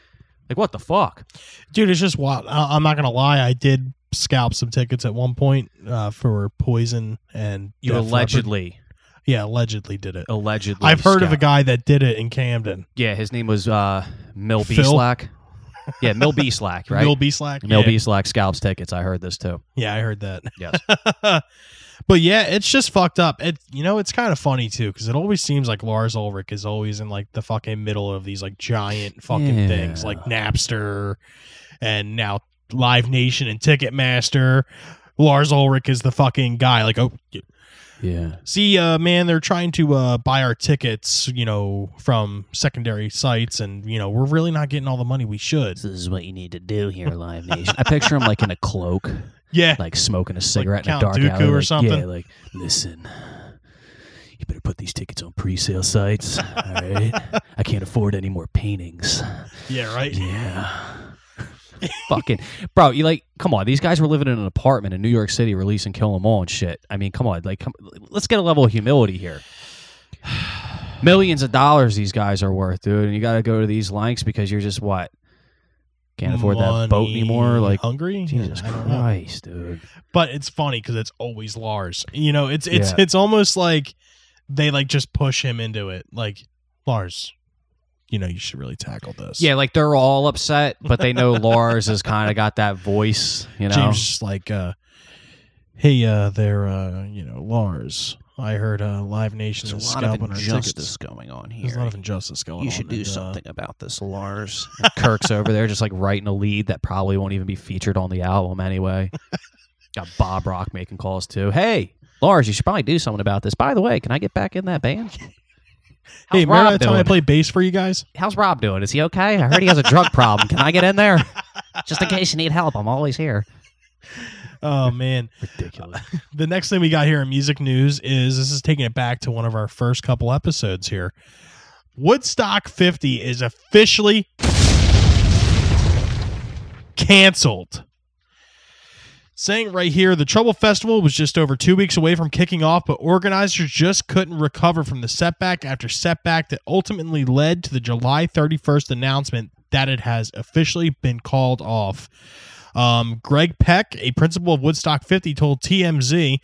D: like what the fuck
C: Dude, it's just wild. I- I'm not gonna lie. I did scalp some tickets at one point uh, for Poison and
D: you
C: Def Leppard.
D: allegedly
C: yeah, allegedly did it.
D: allegedly
C: I've heard of a
D: scout.
C: guy that did it in Camden.
D: yeah his name was uh mill b
C: Phil?
D: slack yeah mill b slack right
C: Bill B. Slack.
D: Mel
C: Yeah.
D: B. Slack scalps tickets. I heard this too.
C: Yeah, I heard that.
D: Yes.
C: <laughs> but yeah, it's just fucked up. It you know, it's kind of funny too because it always seems like Lars Ulrich is always in like the fucking middle of these like giant fucking
D: Yeah.
C: things like Napster and now Live Nation and Ticketmaster. Lars Ulrich is the fucking guy. Like, oh,
D: Yeah.
C: see, uh, man, they're trying to uh, buy our tickets, you know, from secondary sites, and you know, we're really not getting all the money we should.
D: This is what you need to do here, Live Nation. I picture him like in a cloak,
C: Yeah.
D: like smoking a cigarette in a
C: Count
D: dark
C: Dooku
D: alley,
C: or
D: like,
C: something.
D: Yeah, like listen, you better put these tickets on
C: <laughs>
D: pre-sale sites. All right, I can't afford any more paintings.
C: Yeah, right.
D: Yeah.
C: <laughs>
D: Fucking bro, you like come on. These guys were living in an apartment in New York City, releasing Kill 'Em All and shit. I mean, come on, like, come, let's get a level of
C: <sighs>
D: humility here. Millions of dollars these guys are worth, dude, and you got to go to these lengths because you're just what can't afford that boat
C: Money
D: anymore. Like,
C: hungry.
D: Jesus
C: I don't know.
D: Christ, dude.
C: But it's funny because it's always Lars. You know, it's it's
D: Yeah.
C: it's almost like they like just push him into it. Like Lars, you know, you should really tackle this.
D: Yeah, like they're all upset, but
C: <laughs>
D: they know Lars has kind of got that voice, you know.
C: James is just like, uh, hey, uh, they're, uh, you know, Lars. I heard uh, Live Nation is scalping our tickets.
D: going on
C: There's a lot of injustice going on.
D: You should do
C: and, uh,
D: something about this,
C: <laughs>
D: Lars. And Kirk's over there just like writing a lead that probably won't even be featured on the
C: <laughs>
D: album anyway. Got Bob Rock making calls too. Hey, Lars, you should probably do something about this. By the way, can I get back in
C: <laughs>
D: that band? How's
C: hey, remember
D: Rob
C: that time I
D: doing?
C: played bass for you guys?
D: How's Rob doing? Is he okay? I heard he has a drug problem. Can I get
C: <laughs>
D: in there? Just in case you need help, I'm always here. <laughs>
C: Oh, man.
D: Ridiculous.
C: the next thing we got here in music news is this is taking it back to one of our first couple episodes here. Woodstock 50 is officially canceled. Saying right here, the Trouble Festival was just over two weeks away from kicking off, but organizers just couldn't recover from the setback after setback that ultimately led to the July 31st announcement that it has officially been called off. Um, Greg Peck, a principal of Woodstock 50, told TMZ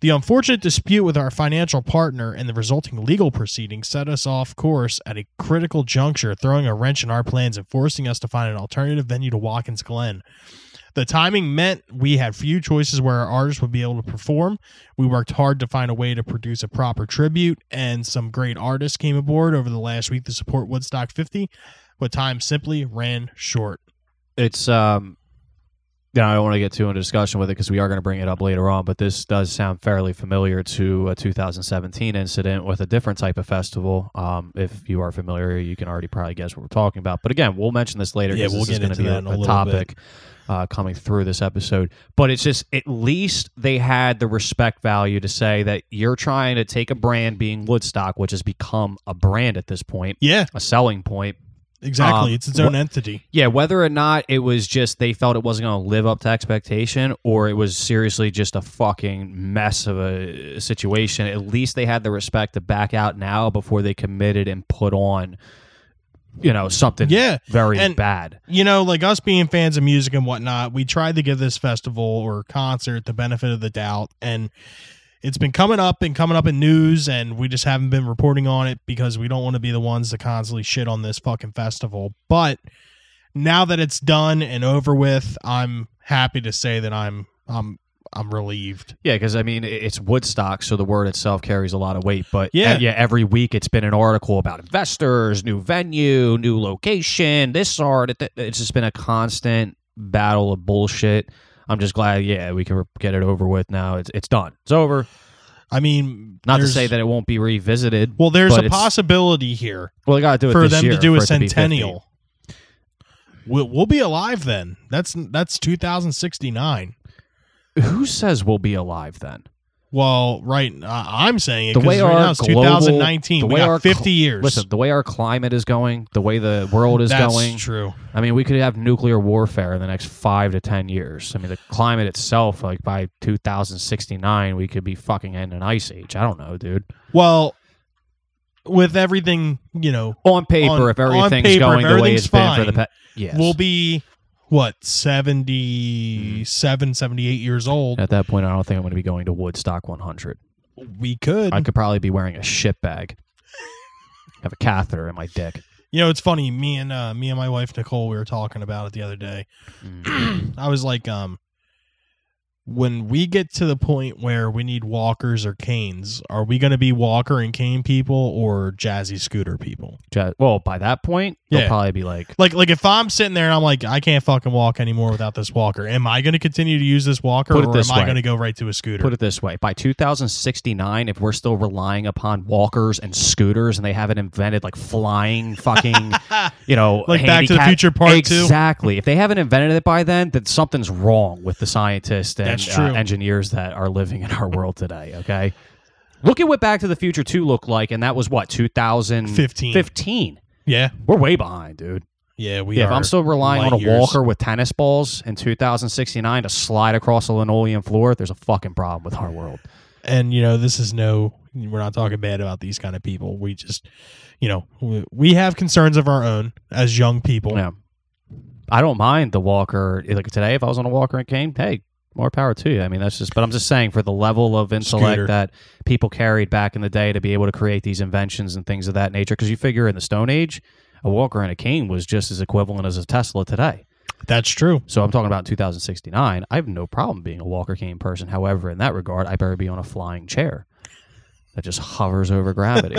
C: the unfortunate dispute with our financial partner and the resulting legal proceeding set us off course at a critical juncture, throwing a wrench in our plans and forcing us to find an alternative venue to Watkins Glen. The timing meant we had few choices where our artists would be able to perform. We worked hard to find a way to produce a proper tribute, and some great artists came aboard over the last week to support Woodstock 50, but time simply ran short.
D: it's um yeah, I don't want to get too into discussion with it because we are going to bring it up later on, but this does sound fairly familiar to a 2017 incident with a different type of festival. Um, if you are familiar, you can already probably guess what we're talking about. But again, we'll mention this later.
C: Yeah,
D: 'cause
C: we'll
D: this
C: get
D: is
C: into that in
D: going to be
C: a
D: a,
C: little
D: topic uh, coming through this episode. But it's just at least they had the respect value to say that you're trying to take a brand being Woodstock, which has become a brand at this point,
C: Yeah,
D: a selling point,
C: exactly.
D: Um,
C: it's its own
D: wha-
C: entity.
D: yeah, whether or not it was just they felt it wasn't going to live up to expectation or it was seriously just a fucking mess of a situation, at least they had the respect to back out now before they committed and put on, you know, something
C: Yeah,
D: very
C: and-
D: bad.
C: you know, like us being fans of music and whatnot, we tried to give this festival or concert the benefit of the doubt. And it's been coming up and coming up in news, and we just haven't been reporting on it because we don't want to be the ones to constantly shit on this fucking festival. But now that it's done and over with, I'm happy to say that I'm I'm I'm relieved.
D: Yeah, because I mean, i- it's Woodstock, so the word itself carries a lot of weight. But
C: Yeah.
D: yeah, yeah, every week it's been an article about investors, new venue, new location, this art. it- It's just been a constant battle of bullshit. I'm just glad, yeah, we can get it over with now. It's it's done. It's over.
C: I mean,
D: Not to
C: there's-
D: say that it won't be revisited.
C: Well, there's
D: but
C: a
D: it's-
C: possibility here
D: Well, they got to do it
C: for
D: this
C: them
D: year
C: to do
D: for
C: a
D: it be 50.
C: centennial. We'll, we'll be alive then. That's that's 2069.
D: Who says we'll be alive then?
C: Well, right, I I'm saying it
D: The
C: because
D: way
C: right
D: our
C: now it's
D: global-
C: 2019.
D: the
C: we
D: way
C: got
D: our
C: 50
D: cl-
C: years.
D: Listen, the way our climate is going, the way the world is
C: That's
D: going,
C: true.
D: I mean, we could have nuclear warfare in the next five to ten years. I mean, the climate itself, like by 2069, we could be fucking in an ice age. I don't know, dude.
C: Well, with everything, you know,
D: On paper,
C: On-
D: if everything's
C: on paper,
D: going
C: if
D: the way it's
C: everything's
D: been for the
C: fine,
D: past, yes,
C: we'll be what 77, 78 years old.
D: at Mm. that point. I don't think I'm going to be going to Woodstock 100.
C: We could.
D: I could probably be wearing a shit bag, have a catheter in my dick.
C: You know, it's funny. Me and uh, me and <clears throat> Mm. my wife Nicole, we were talking about it the other day. I was like, um, when we get to the point where we need walkers or canes, are we going to be walker and cane people or jazzy scooter people?
D: Ja- Well, by that point,
C: Yeah.
D: they'll probably be like,
C: Like, like if I'm sitting there and I'm like, I can't fucking walk anymore without this walker. Am I going to continue to use this walker,
D: Put it
C: or
D: this
C: am I
D: way.
C: going to go right to a scooter?
D: put it this way: by 2069, if we're still relying upon walkers and scooters, and they haven't invented like flying fucking,
C: <laughs>
D: you know,
C: Like Back to the
D: handicap-
C: Future Part Two?
D: exactly. If they haven't invented it by then, then something's wrong with the scientists and
C: That's
D: uh,
C: true.
D: engineers that are living in our world today. Okay, look at what Back to the Future Two looked like, and that was what 2015.
C: Fifteen. yeah,
D: We're way behind, dude.
C: yeah, we
D: Yeah,
C: are.
D: if I'm still relying on a
C: light years.
D: walker with tennis balls in 2069 to slide across a linoleum floor, there's a fucking problem with our world.
C: and you know this is no we're not talking bad about these kind of people we just you know we- we have concerns of our own as young people
D: Yeah. I don't mind the walker. Like today, if I was on a walker and cane, hey, more power to you. I mean, that's just, but I'm just saying for the level of intellect
C: Scooter.
D: that people carried back in the day to be able to create these inventions and things of that nature. Cause you figure in the Stone Age, a walker and a cane was just as equivalent as a Tesla today.
C: that's true
D: So I'm talking about 2069. I have no problem being a Walker Cane person. However, in that regard, I better be on a flying chair that just hovers over
C: <laughs>
D: gravity.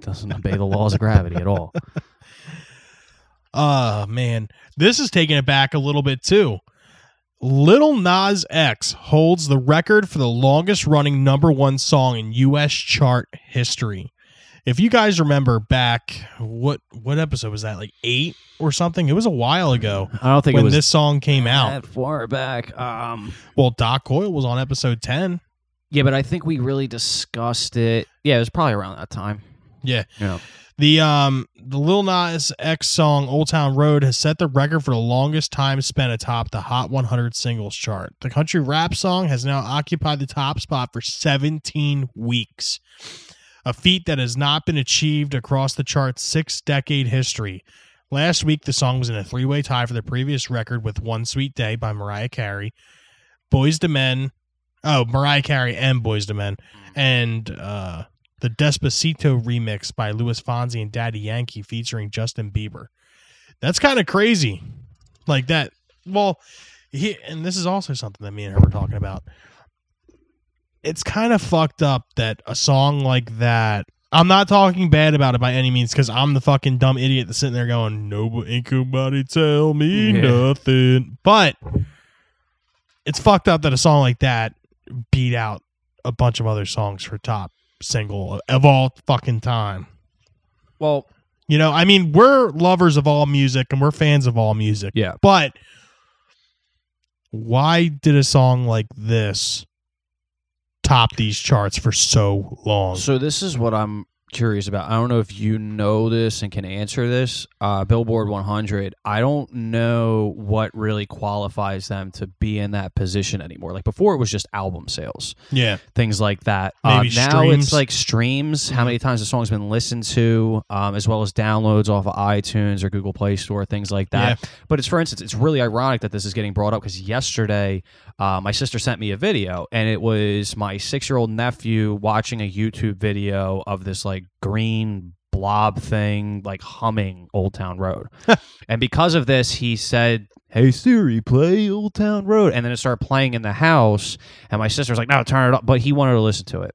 D: Doesn't obey the laws of gravity at all.
C: oh man this is taking it back a little bit too Little Nas X holds the record for the longest running number one song in U.S. chart history. If you guys remember back, what what episode was that? Like eight or something? It was a while ago
D: I don't think
C: when
D: it was
C: this song came out.
D: that far back. Um,
C: Well, Doc Coyle was on episode ten.
D: yeah, but I think we really discussed it. Yeah, it was probably around that time.
C: Yeah.
D: Yeah.
C: The um the Lil Nas X song "Old Town Road" has set the record for the longest time spent atop the Hot 100 singles chart. The country rap song has now occupied the top spot for 17 weeks, a feat that has not been achieved across the chart's six-decade history. Last week, the song was in a three-way tie for the previous record with "One Sweet Day" by Mariah Carey, "Boys to Men," oh Mariah Carey and "Boys to Men," and uh the Despacito remix by Luis Fonsi and Daddy Yankee featuring Justin Bieber. That's kind of crazy. Like that. Well, he, and this is also something that me and her were talking about. It's kind of fucked up that a song like that. I'm not talking bad about it by any means because I'm the fucking dumb idiot that's sitting there going, "No, ain't nobody tell me
D: Yeah.
C: nothing." But it's fucked up that a song like that beat out a bunch of other songs for top single of all fucking time.
D: Well,
C: You know, I mean, we're lovers of all music and we're fans of all music.
D: Yeah.
C: But why did a song like this top these charts for so long?
D: So this is what I'm curious about. I don't know if you know this and can answer this. Uh, Billboard 100. I don't know what really qualifies them to be in that position anymore. Like before, it was just album sales,
C: yeah.
D: things like that. Uh,
C: Maybe
D: now
C: streams.
D: it's like streams. How many times the song's been listened to, um, as well as downloads off of iTunes or Google Play Store, things like that. But it's for instance, it's really ironic that this is getting brought up because yesterday uh, my sister sent me a video, and it was my six-year-old nephew watching a YouTube video of this like green blob thing, like humming "Old Town Road," and because of this, he said. Hey Siri, play Old Town Road, and then it started playing in the house. And my sister was like, "No, turn it off," but he wanted to listen to it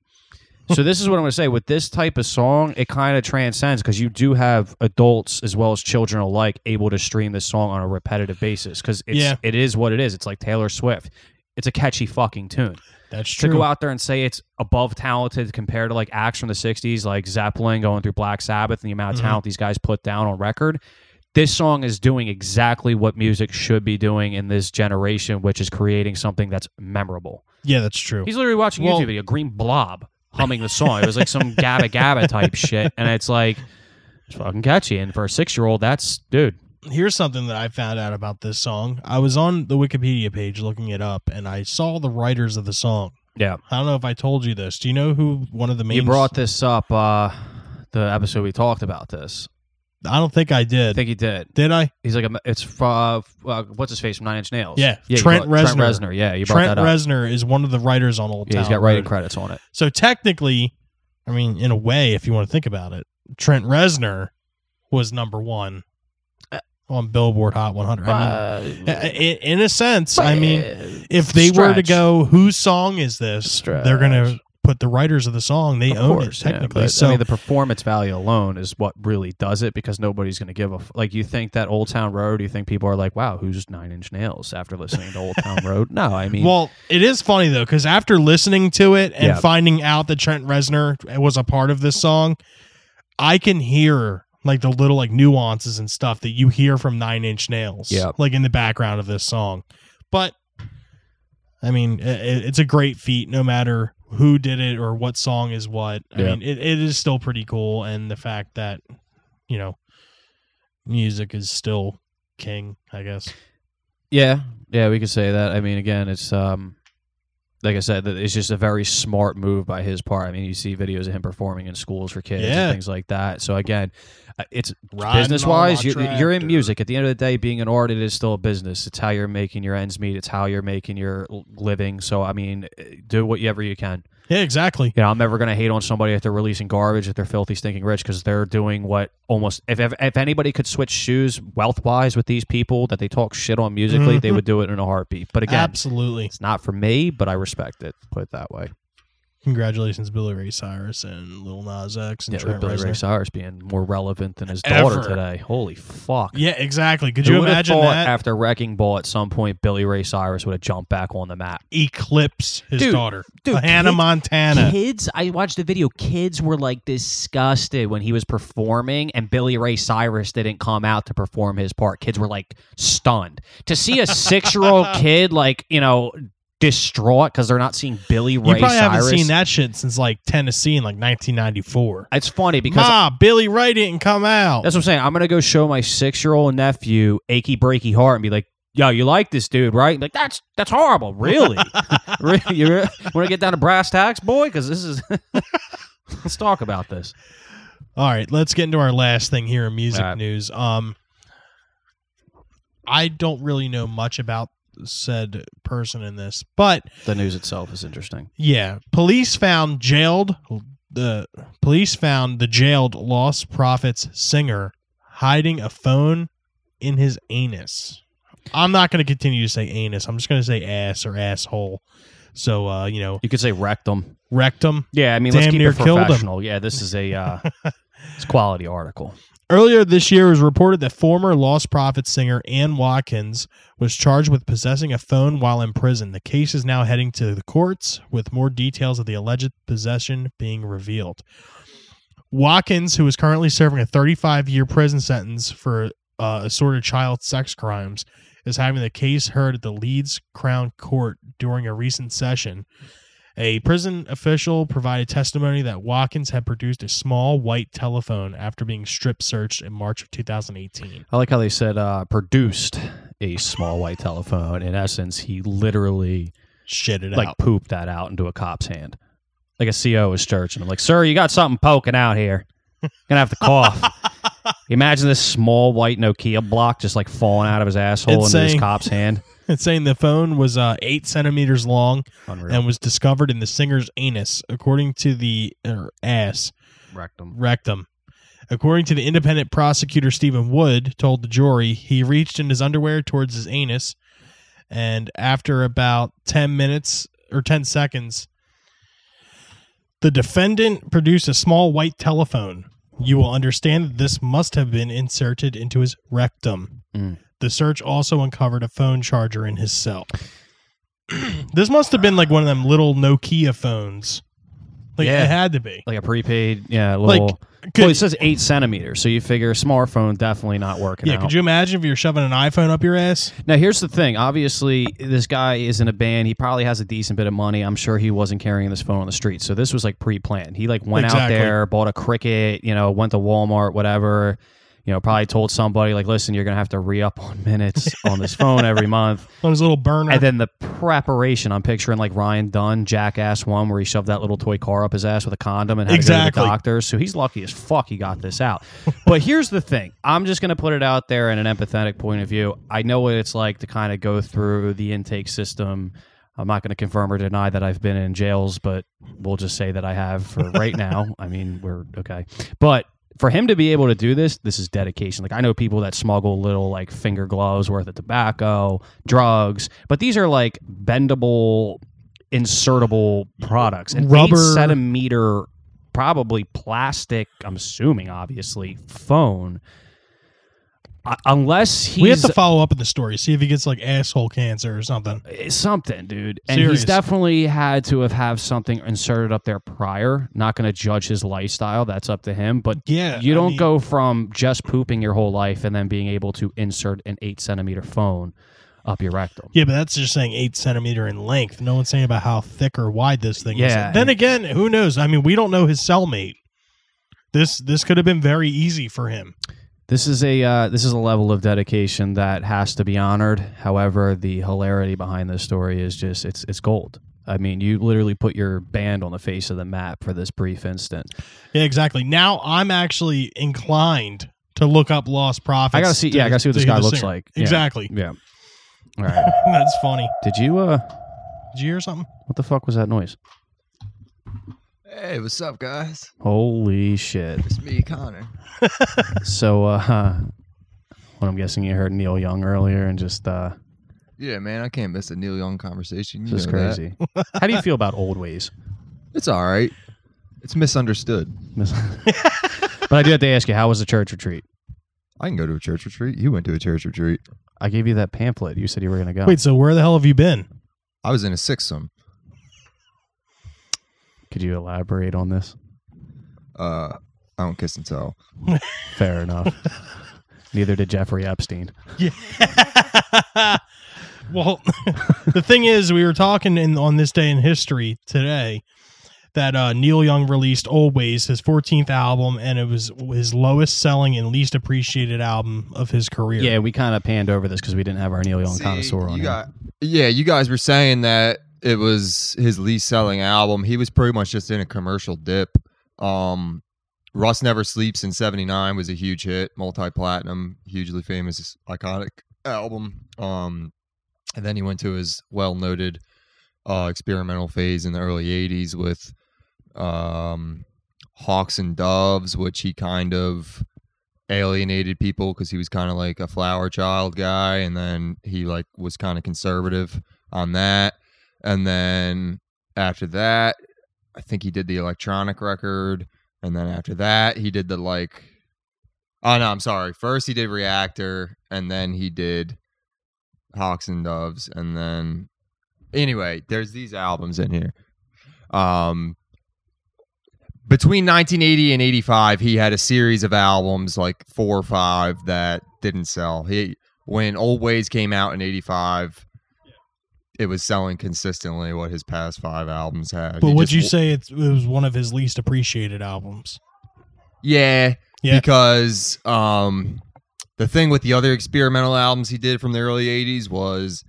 D: so this is what I'm going to say with this type of song, it kind of transcends because you do have adults as well as children alike able to stream this song on a repetitive basis because it's
C: Yeah.
D: it is what it is. It's like Taylor Swift. It's a catchy fucking tune.
C: That's true.
D: To go out there and say it's above talented compared to like acts from the '60s, like Zeppelin going through Black Sabbath, and the amount of
C: Mhm.
D: talent these guys put down on record. This song is doing exactly what music should be doing in this generation, which is creating something that's memorable.
C: yeah, that's true.
D: He's literally watching a
C: Well-
D: YouTube video, green blob humming the song. It was
C: <laughs>
D: like some Gabba Gabba type shit, and it's like it's fucking catchy. And for a six year old, that's dude.
C: Here's something that I found out about this song. I was on the Wikipedia page looking it up and I saw the writers of the song.
D: Yeah,
C: I don't know if I told you this. Do you know who one of the main
D: you brought this up uh, the episode we talked about this.
C: I don't think I
D: I
C: did.
D: think he did.
C: did I?
D: He's like a, it's uh, uh, what's his face from Nine Inch Nails.
C: Yeah,
D: you
C: Trent
D: brought- Trent
C: Reznor.
D: Reznor. Yeah, you brought
C: Trent
D: that up.
C: Reznor is one of the writers on Old
D: yeah, he's
C: Town
D: got writing
C: Road.
D: credits on it.
C: So technically, I mean, in a way, if you want to think about it, Trent Reznor was number one uh, on Billboard Hot 100. I
F: Uh,
C: mean, i- i- in a sense, I mean,
F: eh,
C: if they were to
F: stretch.
C: go, whose song is this? They're going to
F: Stretch.
C: put the writers of the song. They
D: Of
C: own
D: course,
C: it
D: yeah,
C: technically.
D: but,
C: so
D: I mean, the performance value alone is what really does it because nobody's going to give a f- like. You think that Old Town Road? You think people are like, "Wow, who's Nine Inch Nails?" After listening to Old Town Road, no, I mean,
C: Well, it is funny though, because after listening to it and
D: Yeah.
C: finding out that Trent Reznor was a part of this song, I can hear like the little like nuances and stuff that you hear from Nine Inch Nails,
D: Yeah.
C: like in the background of this song. But I mean, i- i it's a great feat, no matter who did it or what song is what. I
D: Yeah.
C: mean, it, it is still pretty cool, and the fact that you know, music is still king. I guess.
D: yeah, yeah, we could say that. I mean, again, it's um, like I said, that it's just a very smart move by his part. I mean, you see videos of him performing in schools for kids
C: Yeah.
D: and things like that. So again, uh, it's
C: Riding on
D: business wise,
C: my
D: you're, you're in
C: tractor.
D: music. At the end of the day, being an artist is still a business. It's how you're making your ends meet. It's how you're making your l- living. So I mean, uh, do whatever you can.
C: Yeah, exactly.
D: You know, I'm never going to hate on somebody if they're releasing garbage, if they're filthy, stinking rich, because they're doing what almost if, if if anybody could switch shoes wealth wise with these people that they talk shit on musically,
C: Mm-hmm.
D: they would do it in a heartbeat. But again,
C: Absolutely.
D: it's not for me, but I respect it. Put it that way.
C: Congratulations, Billy Ray Cyrus and Lil Nas X and
D: Yeah, with
C: Trent
D: Billy Ray
C: Reznor.
D: Cyrus being more relevant than his daughter
C: Ever.
D: today. Holy fuck!
C: Yeah, exactly. Could
D: Who
C: you
D: would've
C: imagine
D: thought
C: that?
D: after wrecking ball at some point, Billy Ray Cyrus would have jumped back on the map?
C: Eclipse his
D: Dude,
C: daughter,
D: dude,
C: Hannah
D: kids-
C: Montana.
D: Kids, I watched the video. Kids were like disgusted when he was performing, and Billy Ray Cyrus didn't come out to perform his part. Kids were like stunned to see
C: <laughs>
D: a six-year-old kid like you know distraught because they're not seeing Billy Ray
C: You probably
D: Cyrus.
C: haven't seen that shit since like Tennessee in like 1994.
D: It's funny because
C: Ma, Billy Ray didn't come out.
D: that's what I'm saying. I'm gonna go show my six-year-old nephew "Achy Breaky Heart" and be like. Yo, you like this dude, right? Like that's that's horrible.
C: <laughs>
D: Really? <laughs> really? You want to get down to brass tacks, boy? Because this is. <laughs> Let's talk about this.
C: All right, let's get into our last thing here in music
D: All right.
C: news. Um, I don't really know much about said person in this, but
D: The news itself is interesting.
C: Yeah, police found jailed the police found the jailed Lost Prophets singer hiding a phone in his anus. I'm not going to continue to say anus. I'm just going to say ass or asshole. So uh, you know,
D: You could say wrecked them.
C: rectum.
D: Yeah, I mean,
C: Damn
D: let's keep
C: near
D: it
C: killed 'em.
D: professional. Yeah, this is
C: <laughs>
D: a uh, it's a quality article.
C: Earlier this year, it was reported that former Lost Prophets singer Ann Watkins was charged with possessing a phone while in prison. The case is now heading to the courts with more details of the alleged possession being revealed. Watkins, who is currently serving a 35 year prison sentence for uh, assorted child sex crimes, is having the case heard at the Leeds Crown Court during a recent session. A prison official provided testimony that Watkins had produced a small white telephone after being strip searched in March of 2018.
D: I like how they said uh, produced a small white telephone. In essence, he literally
C: Shit it
D: like
C: out.
D: pooped that out into a cop's hand, like a CO is searching. I'm like, sir, you got something poking out here. Gonna have
C: <laughs>
D: to cough. Imagine this small white Nokia block just like falling out of his asshole
C: It's
D: into this
C: saying- <laughs>
D: cop's hand.
C: It's saying the phone was uh, eight centimeters long
D: Unreal.
C: and was discovered in the singer's anus, according to the er, ass.
D: wrecked him.
C: rectum. According to the independent prosecutor Stephen Wood, told the jury he reached in his underwear towards his anus, and after about ten minutes or ten seconds, the defendant produced a small white telephone. You will understand that this must have been inserted into his rectum.
D: Mm.
C: The search also uncovered a phone charger in his cell. <clears throat> this must have been like one of them little Nokia phones. Like
D: Yeah.
C: it had to be.
D: Like a prepaid, yeah, little.
C: could-
D: well, it says eight centimeters, so you figure a smartphone definitely not working.
C: Yeah,
D: out.
C: could you imagine if you're shoving an iPhone up your ass?
D: Now, here's the thing. Obviously, this guy is in a band. He probably has a decent bit of money. I'm sure he wasn't carrying this phone on the street. So this was like pre-planned. He like went
C: Exactly.
D: out there, bought a cricket, you know, went to Walmart, whatever. You know, probably told somebody like, "Listen, you're gonna have to re-up on minutes on this phone every month."
C: On his little burner.
D: And then the preparation, I'm picturing like Ryan Dunn, Jackass One, where he shoved that little toy car up his ass with a condom and had to go
C: Exactly.
D: to the doctor. So he's lucky as fuck he got this out. <laughs> but here's the thing I'm just going to put it out there in an empathetic point of view. I know what it's like to kind of go through the intake system. I'm not going to confirm or deny that I've been in jails, but we'll just say that I have for right now. I mean, we're okay. But for him to be able to do this, this is dedication. Like I know people that smuggle little like finger gloves worth of tobacco, drugs, but these are like bendable, insertable products. And
C: Rubber.
D: eight centimeter, probably plastic. I'm assuming, obviously, phone. Uh, unless he's
C: we have to follow up in the story, see if he gets like asshole cancer or something.
D: it's something, dude. And
C: Serious.
D: he's definitely had to have have something inserted up there prior. Not going to judge his lifestyle. That's up to him. But
C: Yeah,
D: <laughs> you
C: I
D: don't
C: mean-
D: go from just pooping your whole life and then being able to insert an eight centimeter phone up your rectum.
C: Yeah, but that's just saying eight centimeter in length. No one's saying about how thick or wide this thing
D: Yeah,
C: is. Then
D: and-
C: again, who knows? I mean, we don't know his cellmate. This this could have been very easy for him.
D: This is a uh, this is a level of dedication that has to be honored. However, the hilarity behind this story is just it's it's gold. I mean, you literally put your band on the face of the map for this brief instant.
C: Yeah, exactly. Now I'm actually inclined to look up lost profits.
D: I gotta see- yeah, I gotta see what
C: to
D: this
C: hear
D: guy
C: the
D: looks
C: singer.
D: like. Yeah.
C: Exactly. <laughs>
D: Yeah. All right. <laughs>
C: That's funny.
D: Did you uh
C: Did you hear something?
D: What the fuck was that noise?
F: Hey, what's up, guys?
D: Holy shit.
F: It's me, Connor.
D: So, uh, <laughs> what I'm guessing you heard Neil Young earlier and just, uh,
F: Yeah, man, I can't miss a Neil Young conversation. You
D: just
F: know
D: <laughs>
F: that.
D: crazy. How do you feel about old ways?
F: It's all right. It's misunderstood.
D: <laughs> Miss- but I do have to ask you, how was the church retreat?
F: I can go to a church retreat. You went to a church retreat.
D: I gave you that pamphlet. You said you were going to go.
C: Wait, so where the hell have you been?
F: I was in a sixsome.
D: Could you elaborate on this?
F: Uh, I don't kiss and tell.
D: Fair <laughs> enough. Neither did Jeffrey Epstein.
C: Yeah. <laughs> well, the thing is, we were talking in, on this day in history today that uh, Neil Young released Old Ways, his 14th album, and it was his lowest selling and least appreciated album of his career.
D: Yeah, we kind of panned over this because we didn't have our Neil Young
F: See,
D: connoisseur on
F: you
D: here.
F: got- yeah, you guys were saying that it was his least selling album. He was pretty much just in a commercial dip. Um, Russ Never Sleeps in 79 was a huge hit, multi platinum, hugely famous, iconic album. Um, and then he went to his well noted uh, experimental phase in the early 80s with um, Hawks and Doves, which he kind of alienated people because he was kind of like a flower child guy and then he like was kind of conservative on that and then after that i think he did the electronic record and then after that he did the like oh no i'm sorry first he did reactor and then he did hawks and doves and then anyway there's these albums in here um between 1980 and 85 he had a series of albums like four or five that didn't sell he when old ways came out in 85 it was selling consistently what his past five albums had
C: But
F: He
C: would
F: just
C: you
F: w-
C: say it's, it was one of his least appreciated albums?
F: Yeah,
C: Yeah.
F: because um, the thing with the other experimental albums he did from the early '80s was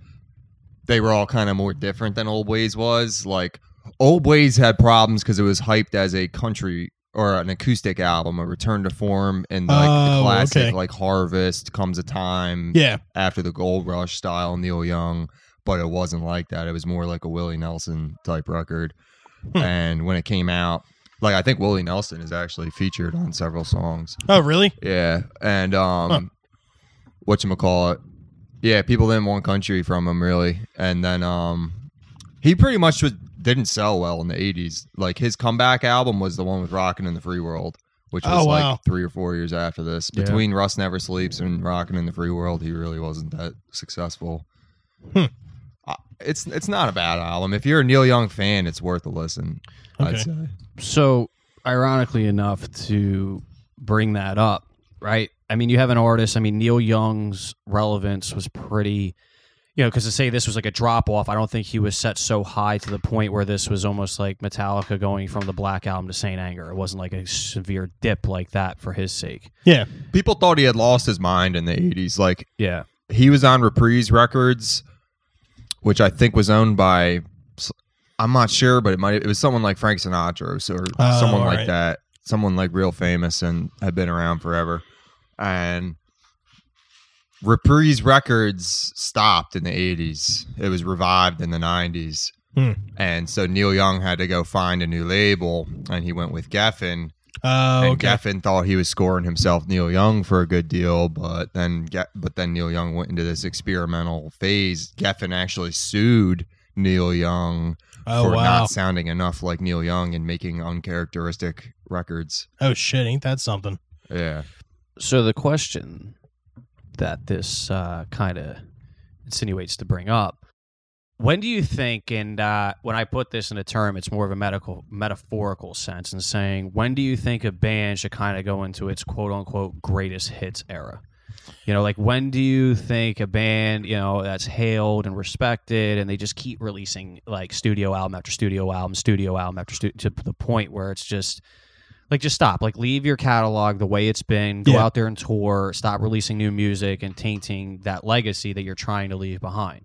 F: they were all kind of more different than Old Ways was. Like Old Ways had problems because it was hyped as a country or an acoustic album, a return to form, and like
C: Oh,
F: the classic
C: okay.
F: like Harvest comes a time
C: Yeah.
F: after the Gold Rush style Neil Young, but it wasn't like that. It was more like a Willie Nelson type record. and when it came out, like I think Willie Nelson is actually featured on several songs.
C: Oh, really?
F: Yeah, and um, what you call it? Yeah, people didn't want country from him really, and then um, he pretty much was, didn't sell well in the '80s. Like his comeback album was the one with "Rockin' in the Free World," which was
C: Oh,
F: like
C: wow.
F: three or four years after this.
D: Yeah.
F: Between "Rust Never Sleeps" and "Rockin' in the Free World," he really wasn't that successful.
C: Hmm.
F: Uh, It's it's not a bad album. If you're a Neil Young fan, it's worth a listen.
C: Okay.
F: I'd say.
D: So, ironically enough, to bring that up, right? I mean, you have an artist. I mean, Neil Young's relevance was pretty, you know, because to say this was like a drop off, I don't think he was set so high to the point where this was almost like Metallica going from the Black Album to Saint Anger. It wasn't like a severe dip like that for his sake.
C: Yeah.
F: People thought he had lost his mind in the '80s. Like
D: Yeah.
F: he was on Reprise Records, which I think was owned by I'm not sure, but it might it was someone like Frank Sinatra or so- or
C: Oh,
F: someone
C: all
F: like
C: right.
F: that, someone like real famous and had been around forever. And Reprise Records stopped in the 80s. It was revived in the 90s.
C: Hmm.
F: And so Neil Young had to go find a new label and he went with Geffen
C: Oh,
F: and
C: okay.
F: Geffen thought he was scoring himself Neil Young for a good deal, but then Ge- but then Neil Young went into this experimental phase. Geffen actually sued Neil Young
C: Oh,
F: for
C: wow.
F: not sounding enough like Neil Young and making uncharacteristic records.
C: Oh, shit. Ain't that something?
F: Yeah,
D: So the question that this uh, kind of insinuates to bring up: When do you think? And uh, when I put this in a term, it's more of a medical metaphorical sense, and saying when do you think a band should kind of go into its quote unquote greatest hits era? You know, like when do you think a band, you know, that's hailed and respected and they just keep releasing like studio album after studio album, studio album after studio to the point where it's just like just stop, like leave your catalog the way it's been, go
C: Yeah.
D: out there and tour, stop releasing new music and tainting that legacy that you're trying to leave behind.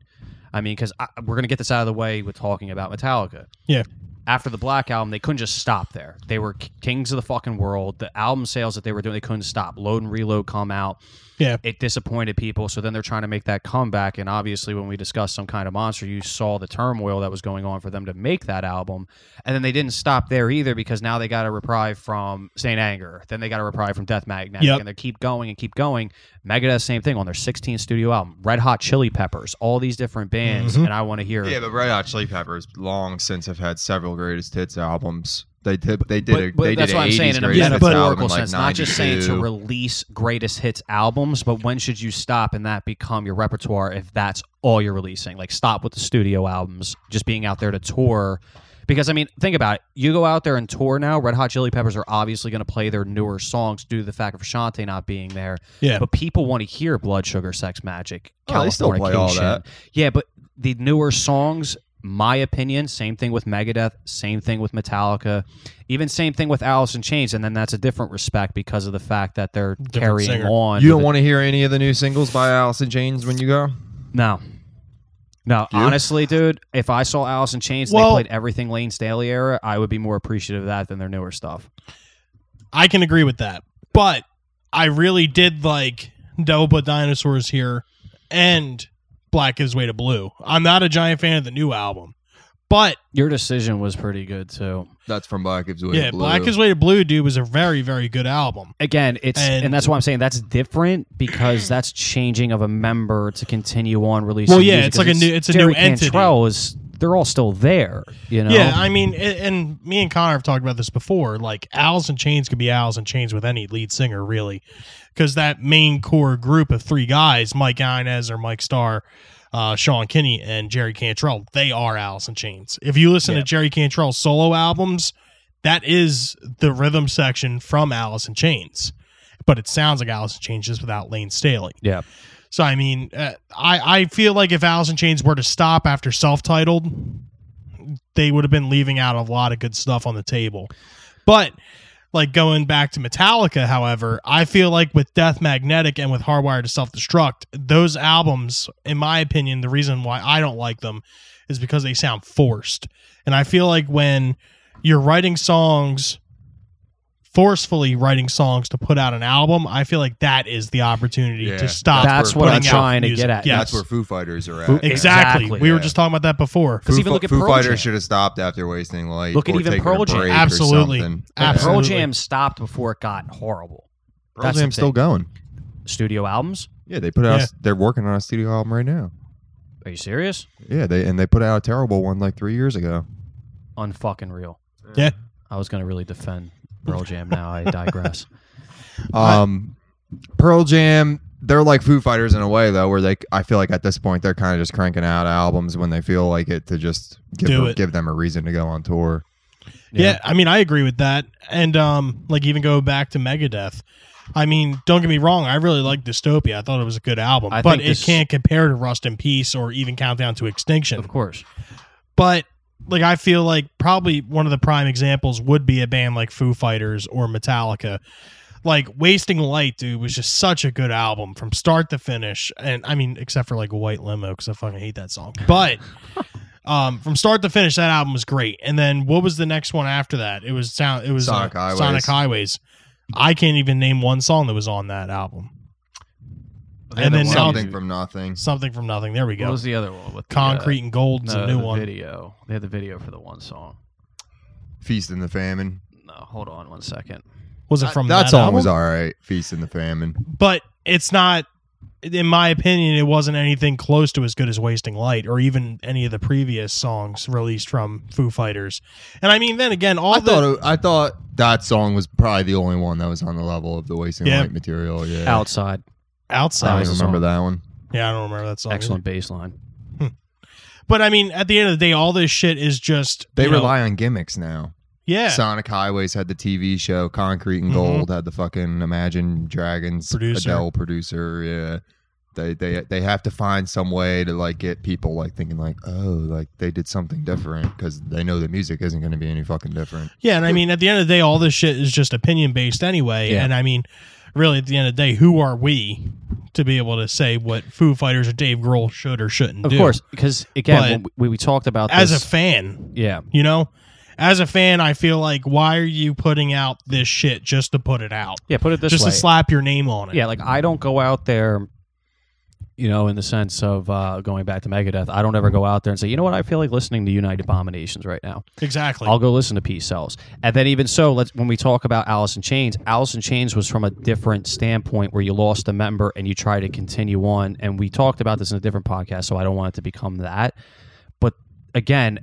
D: I mean, because we're going to get this out of the way with talking about Metallica
C: Yeah.
D: after the Black Album, they couldn't just stop there. They were k- kings of the fucking world. The album sales that they were doing, they couldn't stop. Load and Reload come out.
C: Yeah.
D: It disappointed people, so then they're trying to make that comeback. And obviously, when we discussed some kind of monster, you saw the turmoil that was going on for them to make that album. And then they didn't stop there either because now they got to reprieve from Saint Anger, then they got to reprieve from Death Magnetic,
C: Yep.
D: and they keep going and keep going. Megadeth, same thing on their 16th studio album. Red Hot Chili Peppers, all these different bands, and I want to hear.
F: yeah. But Red Hot Chili Peppers long since have had several greatest hits albums. They did. They did.
D: but,
F: a,
D: but
F: they
D: that's
F: did
D: what I'm saying in a
C: greatest hits
D: metaphorical sense, not just saying to release greatest hits albums, but when should you stop and that become your repertoire if that's all you're releasing? Like stop with the studio albums, just being out there to tour. Because I mean, think about it. You go out there and tour now. Red Hot Chili Peppers are obviously going to play their newer songs due to the fact of Shante not being there.
C: Yeah.
D: But people want to hear Blood Sugar Sex Magic.
F: Oh, they still play all
D: Californication.
F: that.
D: Yeah, but the newer songs, my opinion, same thing with Megadeth, same thing with Metallica, even same thing with Alice in Chains, and then that's a different respect because of the fact that they're carrying
C: singer.
D: on.
F: You don't
D: with
F: want to hear any of the new singles by Alice and James when you go.
D: it. no. No, honestly, dude, if I saw Alice in Chains and
C: Well-
D: they played everything Lane Staley era, I would be more appreciative of that than their newer stuff.
C: I can agree with that. But I really did like Devil But Dinosaurs here and Black Gives Way to Blue. I'm not a giant fan of the new album. But
D: Your decision was pretty good too.
F: That's from Black Gives Way
C: yeah,
F: to Blue.
C: Black Gives Way to Blue, dude, was a very, very good album.
D: again it's
C: And-
D: and, that's why i'm saying that's different because that's changing of a member to continue on releasing
C: Well, yeah,
D: music,
C: it's like
D: 'cause
C: a new- it's a
D: Jerry
C: new entity.
D: Cantrell is they're all still there you know
C: Yeah, I mean, a- and me and Connor have talked about this before. Like, Owls and Chains could be Owls and Chains with any lead singer, really, because that main core group of three guys, Mike Inez or Mike Starr, uh, Sean Kinney, and Jerry Cantrell, they are Owls and Chains. If you listen to Jerry Cantrell's solo albums, that is the rhythm section from Alice in Chains, but it sounds like Alice in Chains just without Lane Staley.
D: yeah
C: So I mean, uh, I I feel like if Alice in Chains were to stop after self-titled, they would have been leaving out a lot of good stuff on the table. But like going back to Metallica, however, I feel like with Death Magnetic and with Hardwired to Self-Destruct, those albums, in my opinion, the reason why I don't like them is because they sound forced. And I feel like when you're writing songs forcefully writing songs to put out an album, I feel like that is the opportunity
F: Yeah.
C: to stop
D: that's
F: for
D: what i'm
C: putting out
D: trying to
C: music.
D: get at
C: Yeah.
F: That's
C: Yes.
F: where Foo Fighters are at.
D: Foo-
C: Exactly.
D: Exactly.
C: We were
F: Yeah.
C: just talking about that before.
D: Because
F: Foo,
D: even look at
F: Foo
D: Pearl Jam.
F: Fighters should have stopped after Wasting Light.
D: Look at
F: or
D: even
F: taken
D: Pearl
F: a
D: Jam.
F: break or
C: Absolutely.
F: something.
C: Absolutely.
D: pearl jam stopped before it got horrible
F: Pearl
D: That's the
F: Jam's still
D: thing.
F: going.
D: studio albums
F: Yeah, they put out.
C: Yeah.
F: They're working on a studio album right now.
D: are you serious
F: Yeah, they and they put out a terrible one like three years ago.
D: unfucking real
C: Yeah.
D: i was going to really defend pearl jam now i digress
F: Um, Pearl Jam. They're like Foo Fighters in a way, though, where they. I feel like at this point they're kind of just cranking out albums when they feel like it to just give
C: Do
F: them,
C: it.
F: give them a reason to go on tour.
C: Yeah. I mean, I agree with that. And um, like even go back to Megadeth. I mean, don't get me wrong. I really like Dystopia. I thought it was a good album,
D: I
C: but
D: think
C: it
D: this-
C: can't compare to Rust in Peace or even Countdown to Extinction.
D: of course
C: But like, I feel like probably one of the prime examples would be a band like Foo Fighters or Metallica. Like Wasting Light, dude, was just such a good album from start to finish. And I mean, except for like White Limo, because I fucking hate that
F: <laughs>
C: song. But um, from start to finish, that album was great. And then what was the next one after that? It was sound. It was
F: Sonic
C: uh,
F: Highways.
C: Sonic Highways. I can't even name one song that was on that album. And then now-
F: something from nothing.
C: Something from nothing. There we
D: what
C: go.
D: was the other one with the, uh,
C: Concrete and Gold's
D: no,
C: a new
D: the
C: one.
D: video they had the video for the one song
F: Feast and the Famine.
D: No, hold on one second.
C: Was it from
F: that,
C: that
F: song was
C: album?
F: all right. Feast and the Famine.
C: But it's not, in my opinion, it wasn't anything close to as good as Wasting Light or even any of the previous songs released from Foo Fighters. And I mean, then again, all
F: I
C: the
F: thought it, I thought that song was probably the only one that was on the level of the Wasting
C: Yeah.
F: Light material. Yeah,
D: Outside,
F: I
C: outside.
F: don't
D: was a
F: remember
D: song.
F: that one.
C: yeah, I don't remember that song.
D: excellent bass line.
C: But I mean, at the end of the day, all this shit is just
F: They
C: you know,
F: rely on gimmicks now.
C: yeah,
F: Sonic Highways had the TV show. Concrete and
C: Mhm.
F: Gold had the fucking Imagine Dragons
C: Producer.
F: Adele producer. Yeah, they they they have to find some way to like get people like thinking like oh like they did something different because they know the music isn't going to be any fucking different.
C: yeah. And I mean, at the end of the day, all this shit is just opinion based anyway.
F: Yeah.
C: And I mean, really, at the end of the day, who are we to be able to say what Foo Fighters or Dave Grohl should or shouldn't
D: Of
C: do?
D: course, because
C: But-
D: again, when we, we talked about
C: as
D: this,
C: a fan,
D: yeah,
C: you know. As a fan, I feel like why are you putting out this shit just to put it out?
D: yeah. Put it this
C: just
D: way,
C: to slap your name on it.
D: yeah. Like I don't go out there, you know, in the sense of uh, going back to Megadeth. I don't ever go out there and say, you know what, I feel like listening to United Abominations right now.
C: Exactly.
D: I'll go listen to Peace Cells. And then even so, let's when we talk about Alice in Chains, Alice in Chains was from a different standpoint where you lost a member and you try to continue on. And we talked about this in a different podcast, so I don't want it to become that. But again,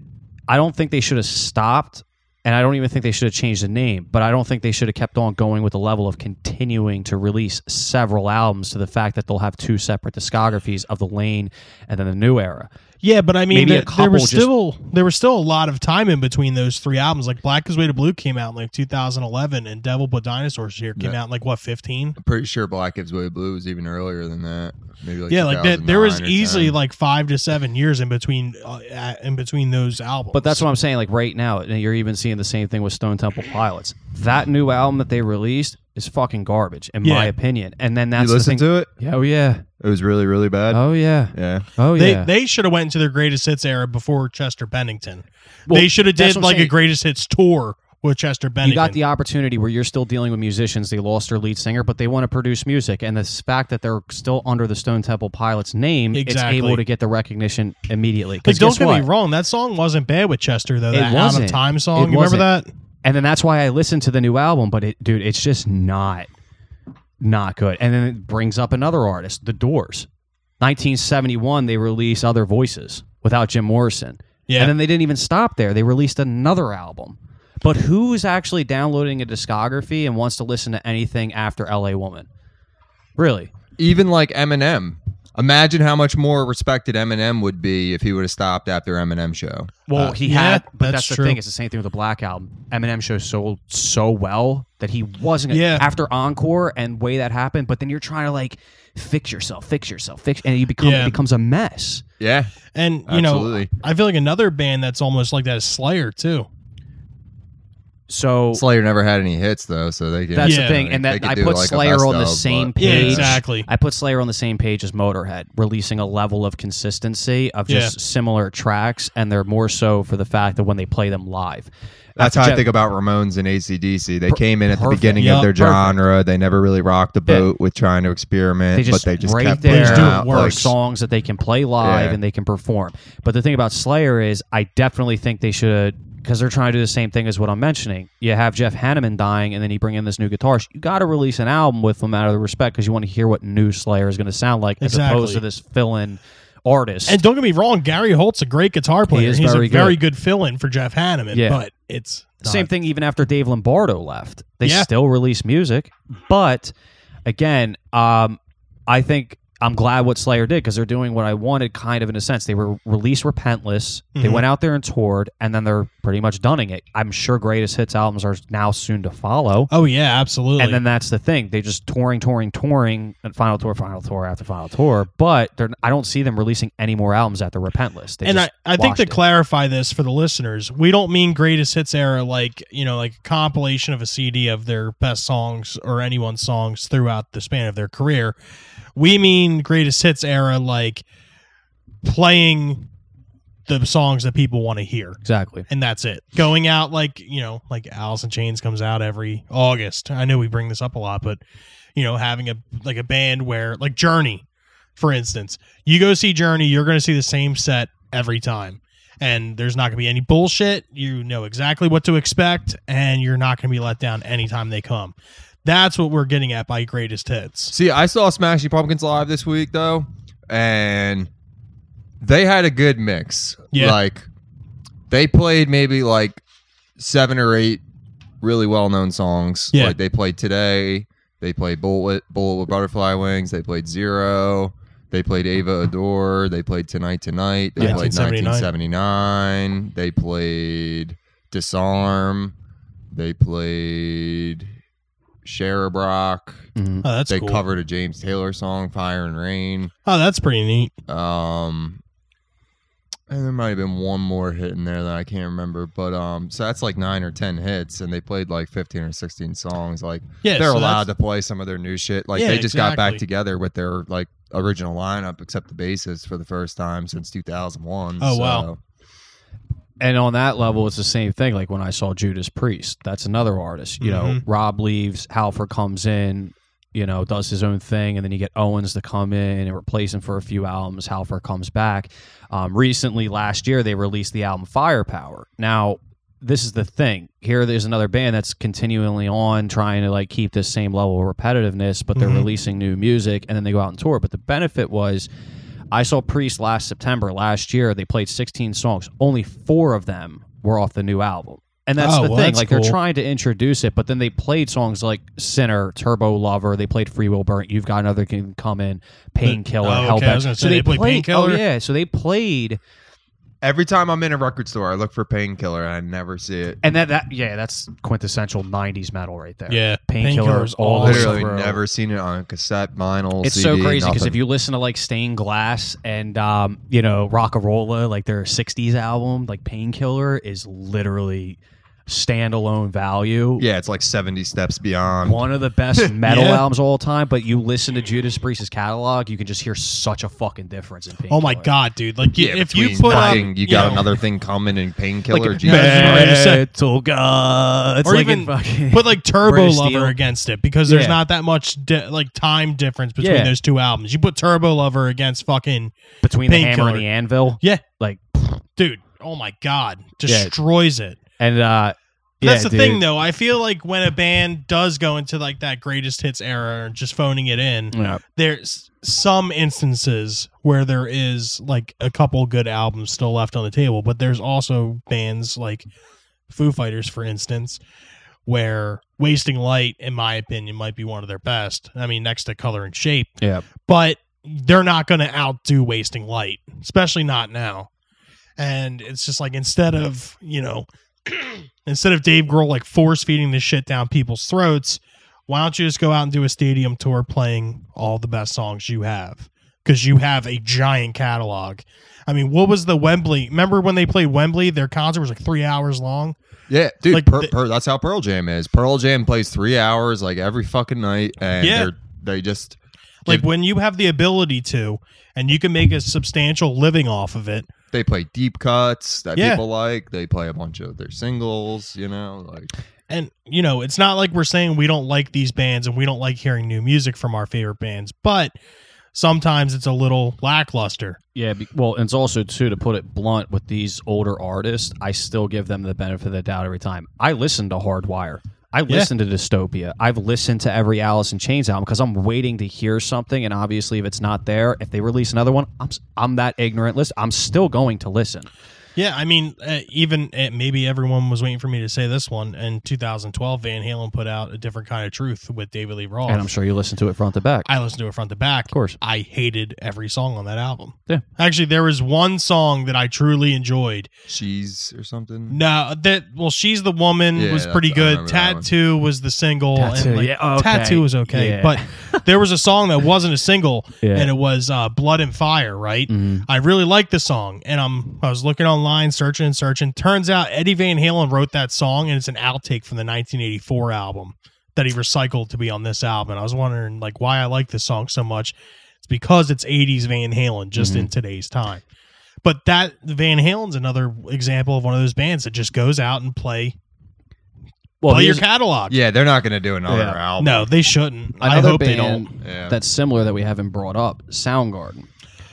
D: I don't think they should have stopped. And I don't even think they should have changed the name, but I don't think they should have kept on going with the level of continuing to release several albums to the fact that they'll have two separate discographies of the Lane and then the New Era.
C: yeah, but I mean,
D: Maybe a
C: there, there
D: couple
C: was
D: just-
C: still there was still a lot of time in between those three albums. Like Black is Way to Blue came out in like 2011, and Devil But Dinosaurs here came
F: Yeah.
C: out in like what 15.
F: I'm pretty sure Black Gives Way to Blue was even earlier than that. Maybe like
C: yeah, like that. There was
F: 2009 or
C: easily
F: 10.
C: like five to seven years in between uh, uh, in between those albums.
D: But that's what I'm saying. Like right now, and you're even seeing the same thing with Stone Temple Pilots. That new album that they released is fucking garbage, in my
C: Yeah.
D: opinion. And then
F: you
D: that's the
F: listen
D: thing.
F: to it.
D: yeah, oh yeah,
F: It was really really bad.
D: oh yeah,
F: Yeah.
D: oh
C: they
D: yeah.
C: they should have went into their greatest hits era before Chester Bennington.
D: Well,
C: they should have
D: that's
C: did
D: what I'm
C: like a
D: saying.
C: greatest hits tour with Chester Bennington.
D: you got the opportunity where you're still dealing with musicians. They lost their lead singer, but they want to produce music. And the fact that they're still under the Stone Temple Pilots name,
C: Exactly.
D: it's able to get the recognition immediately.
C: Like,
D: Because
C: don't get
D: what?
C: me wrong, that song wasn't bad with Chester though.
D: It
C: That out of
D: wasn't.
C: time
D: It
C: song, you remember
D: wasn't.
C: that?
D: and then that's why I listened to the new album. But it, dude, it's just not, not good. And then it brings up another artist, The Doors. 1971, they released Other Voices without Jim Morrison.
C: Yeah.
D: And then they didn't even stop there. They released another album. But who's actually downloading a discography and wants to listen to anything after LA Woman? Really?
F: even like Eminem. Imagine how much more respected Eminem would be if he would have stopped after Eminem show.
D: Well, he
C: Uh, yeah,
D: had, but
C: that's
D: that's, the
C: true.
D: thing. It's the same thing with the Black album. Eminem show sold so well that he wasn't gonna-
C: Yeah.
D: after Encore and way that happened. But then you're trying to like fix yourself, fix yourself, fix, and you become
C: Yeah.
D: it becomes a mess.
F: Yeah,
C: And you
F: Absolutely.
C: know, I feel like another band that's almost like that is Slayer too.
D: So
F: Slayer never had any hits though, so they can,
D: that's
C: Yeah.
D: the thing, and
F: They
D: that
F: could
D: I
F: do,
D: put
F: like, a
D: Slayer
F: best
D: on the
F: of,
D: same
F: but-
C: Yeah,
D: page.
C: exactly.
D: I put Slayer on the same page as Motorhead, releasing a level of consistency of just
C: Yeah.
D: similar tracks, and they're more so for the fact that when they play them live,
F: that's
D: After
F: how I
D: Jeff-
F: think about Ramones and ACDC. They came in at the
D: perfect.
F: beginning
C: Yeah,
F: of their
C: perfect.
F: genre. They never really rocked the
D: Yeah.
F: boat with trying to experiment,
D: they just,
F: but they just
D: right
F: kept
D: there
C: They just
F: putting
C: do it
F: out,
D: are
C: worse.
D: songs that they can play live
F: Yeah.
D: and they can perform. But the thing about Slayer is, I definitely think they should because they're trying to do the same thing as what I'm mentioning. You have Jeff Hanneman dying, and then you bring in this new guitarist. You got to release an album with them out of the respect because you want to hear what new Slayer is going to sound like, as
C: Exactly.
D: opposed to this fill-in artist.
C: And don't get me wrong, Gary Holt's a great guitar player.
D: is
C: He's
D: very
C: a very good fill-in for Jeff Hanneman,
D: Yeah.
C: but it's not-
D: Same thing even after Dave Lombardo left. They
C: Yeah.
D: still release music, but again, um, I think I'm glad what Slayer did because they're doing what I wanted, kind of in a sense. They were released repentless. They
C: Mhm.
D: went out there and toured, and then they're pretty much dunning it. I'm sure greatest hits albums are now soon to follow.
C: Oh yeah, absolutely.
D: And then that's the thing. They just touring, touring, touring, and final tour, final tour after final tour. But they're, I don't see them releasing any more albums after Repentless. They
C: and I,
D: just
C: I think
D: washed
C: to
D: it.
C: clarify this for the listeners, we don't mean greatest hits era like, you know, like a compilation of a CD of their best songs or anyone's songs throughout the span of their career. We mean greatest hits era like playing the songs that people want to hear.
D: exactly.
C: and that's it. Going out like you know, like Alice in Chains comes out every August. I know we bring this up a lot, but you know, having a like a band where like Journey, for instance, you go see Journey, you're going to see the same set every time. and there's not going to be any bullshit. You know exactly what to expect, and you're not going to be let down anytime they come. That's what we're getting at by greatest hits.
F: See, I saw Smashing Pumpkins live this week though, and they had a good mix.
C: Yeah.
F: Like they played maybe like seven or eight really well known songs.
C: Yeah.
F: Like they played today, they played Bullet Bullet with Butterfly Wings, they played Zero, they played Ava Adore, they played Tonight Tonight, they played
C: 1979.
F: 1979, they played Disarm, they played Shara Brock
D: Mm-hmm.
C: Oh, that's
F: they
C: cool.
F: covered a James Taylor song, Fire and Rain.
C: oh, that's pretty neat.
F: Um, and there might have been one more hit in there that I can't remember, but um, so that's like nine or ten hits, and they played like fifteen or sixteen songs. Like
C: Yeah,
F: they're
C: so
F: allowed
C: that's-
F: to play some of their new shit. Like
C: Yeah,
F: they just got
C: exactly.
F: back together with their like original lineup, except the bassist for the first time since two thousand one.
C: Oh,
F: so.
C: wow.
D: and on that level, it's the same thing. Like when I saw Judas Priest, that's another artist. You know,
C: Mhm.
D: Rob leaves, Halford comes in, you know, does his own thing, and then you get Owens to come in and replace him for a few albums. Halford comes back. Um, recently, last year, they released the album Firepower. Now, this is the thing. Here, there's another band that's continually on trying to like keep this same level of repetitiveness, but they're
C: Mhm.
D: releasing new music and then they go out and tour. But the benefit was I saw Priest last September last year. They played 16 songs. Only four of them were off the new album. And that's
C: Oh,
D: the
C: well,
D: thing.
C: that's
D: like
C: cool.
D: they're trying to introduce it, but then they played songs like Sinner, Turbo Lover. They played Free Will Burnt. You've got another can come in. Painkiller.
C: Oh, okay. I was
D: Hellbent.
C: gonna say, they played Painkiller?
D: Oh yeah. So they played,
F: Every time I'm in a record store, I look for Painkiller, and I never see it.
D: and that that yeah, that's quintessential 90s metal right there.
C: Yeah,
D: Painkillers
C: Painkillers
D: all
C: all
D: the way
C: over.
F: Literally
D: through.
F: never seen it on a cassette, vinyl.
D: It's so
F: CD,
D: crazy because if
F: nothing.
D: you listen to like Stained Glass and um, you know Rockarola, like their '60s album, like Painkiller is literally standalone value.
F: yeah, it's like seventy steps beyond.
D: One of the
F: <laughs>
D: best metal
C: Yeah.
D: albums of all time, but you listen to Judas Priest's catalog, you can just hear such a fucking difference in Painkiller.
C: Oh my god, dude! Like you,
F: Yeah,
C: if you
F: between
C: put up,
F: fucking- you got
C: know,
F: another thing coming in painkiller.
D: Like,
F: Jesus
C: bad-
F: Christ.
D: Metal gods,
C: or
D: like in
C: even
D: fucking-
C: put like Turbo
D: British
C: Lover
D: Steel.
C: against it because there's
D: Yeah.
C: not that much di- like time difference between
D: Yeah.
C: those two albums. You put Turbo Lover against fucking
D: between the hammer
C: Painkiller.
D: and the anvil,
C: yeah,
D: like
C: dude. Oh my god,
D: Yeah.
C: destroys it.
D: and uh, yeah,
C: That's the
D: dude.
C: thing, though. I feel like when a band does go into like that greatest hits era or just phoning it in,
D: Yeah.
C: there's some instances where there is like a couple good albums still left on the table, but there's also bands like Foo Fighters, for instance, where Wasting Light, in my opinion, might be one of their best. I mean, next to Color and Shape,
D: Yeah.
C: but they're not going to outdo Wasting Light, especially not now. And it's just like instead of you know, <clears throat> instead of Dave Grohl like force feeding this shit down people's throats, why don't you just go out and do a stadium tour playing all the best songs you have? Because you have a giant catalog. I mean, what was the Wembley? Remember when they played Wembley? Their concert was like three hours long.
F: Yeah, dude.
C: Like,
F: Pearl-
C: the-
F: Pearl- that's how Pearl Jam is. Pearl Jam plays three hours like every fucking night, and
C: Yeah.
F: they're, they just
C: Like
F: Dude.
C: when you have the ability to, and you can make a substantial living off of it.
F: they play deep cuts that
C: Yeah.
F: people like. They play a bunch of their singles. You know, like
C: and you know it's not like we're saying we don't like these bands and we don't like hearing new music from our favorite bands but sometimes it's a little lackluster
D: Yeah, be- well, and it's also too to put it blunt with these older artists, I still give them the benefit of the doubt every time. I listen to Hardwire. I listen to Dystopia. I've listened to every Alice in Chains album because I'm waiting to hear something, and obviously, if it's not there, if they release another one, I'm s- I'm that ignorant. List, I'm still going to listen.
C: yeah i mean uh, even uh, maybe everyone was waiting for me to say this one in 2012 van halen put out a different kind of truth with david lee roth
D: And I'm sure you listen to it front to back.
C: I listened to it front to back. Of
D: course.
C: I hated every song on that album.
D: Yeah.
C: Actually, there was one song that I truly enjoyed.
F: cheese or something.
C: No, that well, she's the woman
F: Yeah,
C: was
F: that's-
C: pretty
F: I
C: good.
F: remember that one.
C: Tattoo was the single.
D: Tattoo, yeah, okay.
C: Tattoo was okay,
D: Yeah.
C: but there was a song that wasn't a single,
D: Yeah. Mm-hmm.
C: and it was uh, "Blood and Fire." Right? I really liked the song, and I'm I was looking online, searching and searching. Turns out Eddie Van Halen wrote that song, and it's an outtake from the 1984 album that he recycled to be on this album. I was wondering like why I like this song so much. It's because it's 80s Van Halen just
D: Mm-hmm.
C: in today's time. But that Van Halen's another example of one of those bands that just goes out and play
D: Well,
C: play your
D: here's
C: catalog.
F: Yeah, they're not gonna do another
D: Yeah.
F: album.
C: No, they shouldn't. I
D: another
C: hope they
D: band
C: don't.
F: Yeah.
D: That's similar that we haven't brought up Soundgarden.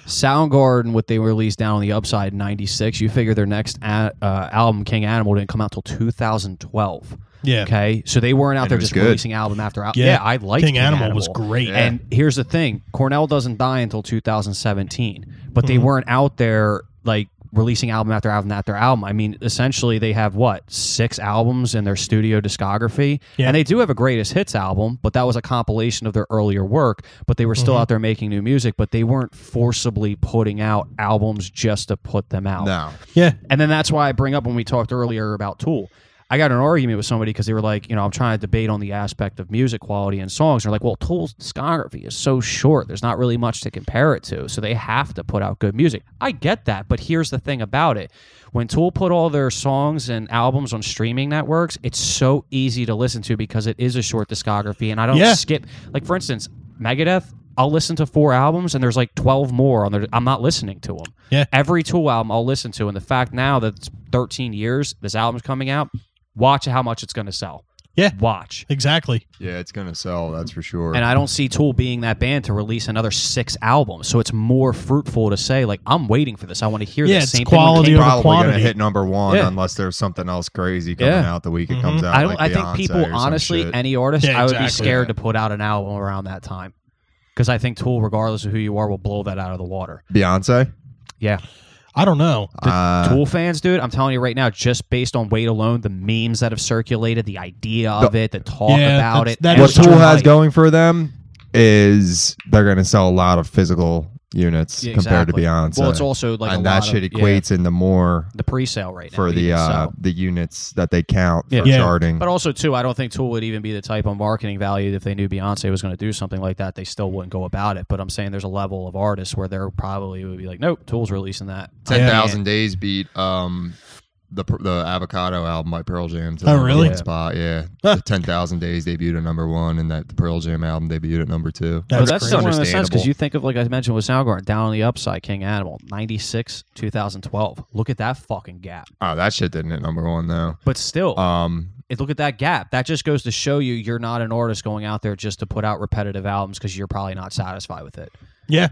D: Soundgarden, what they released down on the upside in '96. You figure their next a- uh, album, King Animal, didn't come out till 2012.
C: Yeah.
D: Okay, so they weren't out
F: And
D: there
F: it was
D: just
F: good.
D: releasing album after album.
C: Yeah.
D: Yeah, I liked
C: King Animal was great.
F: Yeah.
D: And here's the thing: Cornell doesn't die until 2017, but
F: Mm-hmm.
D: they weren't out there like releasing album after album after album. I mean, essentially, they have what six albums in their studio discography,
C: Yeah.
D: and they do have a greatest hits album, but that was a compilation of their earlier work. But they were
F: Mm-hmm.
D: still out there making new music, but they weren't forcibly putting out albums just to put them out.
F: No.
C: Yeah.
D: And then that's why I bring up when we talked earlier about Tool. I got in an argument with somebody because they were like, you know, I'm trying to debate on the aspect of music quality and songs. And they're like, well, Tool's discography is so short. There's not really much to compare it to. So they have to put out good music. I get that. But here's the thing about it when Tool put all their songs and albums on streaming networks, it's so easy to listen to because it is a short discography. And I don't
C: Yeah.
D: skip, like, for instance, Megadeth. I'll listen to four albums and there's like 12 more on there. I'm not listening to them
C: Yeah.
D: every Tool album I'll listen to, and the fact now that it's 13 years, this album's coming out, watch how much it's going to sell.
C: Yeah.
D: Watch.
C: Exactly.
F: Yeah, it's gonna sell. That's for sure.
D: And I don't see Tool being that band to release another six albums, so it's more fruitful to say like I'm waiting for this. I want to hear
C: Yeah,
D: this.
C: it's
D: Same
C: quality
D: Thing
C: over
D: with Kane.
F: probably gonna
C: quantity.
F: hit number one
D: Yeah.
F: unless there's something else crazy coming
D: Yeah.
F: out the week it
C: Mhm.
F: comes out.
D: I don't.
F: like
D: I think
F: Beyonce or
D: people
F: some
D: honestly,
F: shit.
D: any artist,
C: Yeah,
D: I would be
C: exactly.
D: scared to put out an album around that time because I think Tool, regardless of who you are, will blow that out of the water.
F: Beyonce.
D: Yeah.
C: I don't know.
F: Uh,
D: Tool fans, dude, I'm telling you right now, just based on weight alone, the memes that have circulated, the idea of it, the talk
C: Yeah,
D: about
C: that's-
D: it,
C: that
F: what
C: is
D: everything
F: Tool has
D: hype.
F: going for them is they're going to sell a lot of physical units
D: Yeah,
F: compared to
D: exactly.
F: Beyonce.
D: Well, it's also like a
F: and that
D: lot
F: shit
D: of- yeah,
F: equates into more
D: the pre-sale right now
F: for the
D: even,
F: uh,
D: so.
F: the units that they count
D: Yeah.
F: for
C: Yeah.
F: charting.
D: But also too, I don't think Tool would even be the type of marketing value that if they knew Beyonce was going to do something like that. They still wouldn't go about it. But I'm saying there's a level of artists where they're probably would be like, nope, Tool's releasing that. I
F: Ten
D: can't.
F: thousand days beat um the pr- the avocado album by Pearl Jam. To the
C: Oh,
F: number
C: really?
F: one Spot, yeah.
C: Huh.
F: The Ten thousand days debuted at number one, and that the Pearl Jam album debuted at number two.
C: That's
D: but that's
C: crazy.
D: still one of the sense because
F: Understandable.
D: you think of like I mentioned with Soundgarden, down on the upside, King Animal, '96, 2012. Look at that fucking gap.
F: Oh, that shit didn't hit number one though.
D: But still,
F: Um,
D: it, look at that gap. That just goes to show you you're not an artist going out there just to put out repetitive albums because you're probably not satisfied with it.
C: Yeah.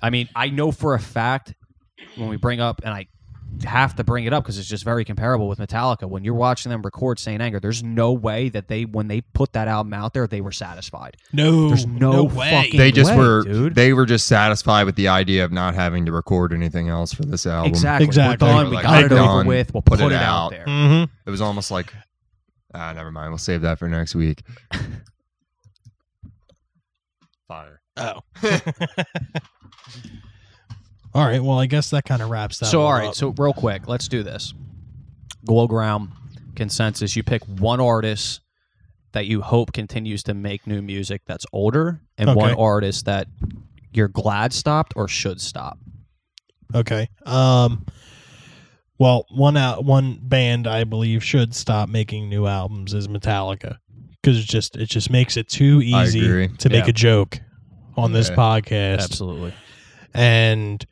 D: I mean, I know for a fact when we bring up, and I have to bring it up because it's just very comparable with Metallica. When you're watching them record Saint Anger, there's no way that they, when they put that album out there, they were satisfied.
C: No.
D: There's no
C: way.
D: fucking-
F: they just
D: way,
F: were
D: dude.
F: they were just satisfied with the idea of not having to record anything else for this album.
D: Exactly.
C: Exactly.
D: We're done. We
F: Like,
D: got it
F: we're
D: over
F: done.
D: with. We'll put, it, out, there.
C: Mhm.
F: It was almost like ah, never mind. We'll save that for next week. Fire.
C: Oh. all right. Well, I guess that kind of wraps that.
D: So,
C: one
D: all
C: up.
D: right. So, real quick, let's do this. Glow ground consensus. You pick one artist that you hope continues to make new music that's older, and
C: Okay.
D: one artist that you're glad stopped or should stop.
C: Okay. Um well, one out one band I believe should stop making new albums is Metallica cuz it just it just makes it too
F: I
C: easy
F: agree.
C: to make
D: Yeah.
C: a joke on this
F: Yeah.
C: podcast.
D: Absolutely.
C: And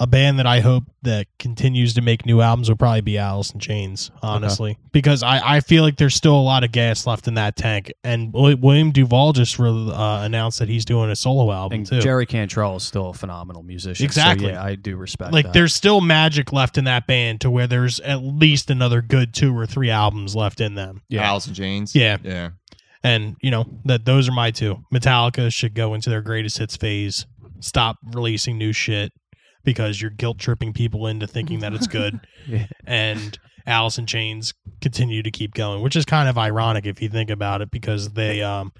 C: a band that I hope that continues to make new albums would probably be Alice in Chains, honestly, because I, I feel like there's still a lot of gas left in that tank. And Wi- William Duvall just re- uh, announced that he's doing a solo album
D: And
C: too.
D: Jerry Cantrell is still a phenomenal musician. so
C: Exactly.
D: yeah, I do respect
C: like
D: that.
C: there's still magic left in that band to where there's at least another good two or three albums left in them
D: Yeah.
F: Alice in Chains.
C: Yeah.
F: Yeah.
C: and you know that those are my two metallica should go into their greatest hits phase stop releasing new shit because you're guilt tripping people into thinking that it's good
D: Yeah.
C: and alice in chains continue to keep going which is kind of ironic if you think about it because they um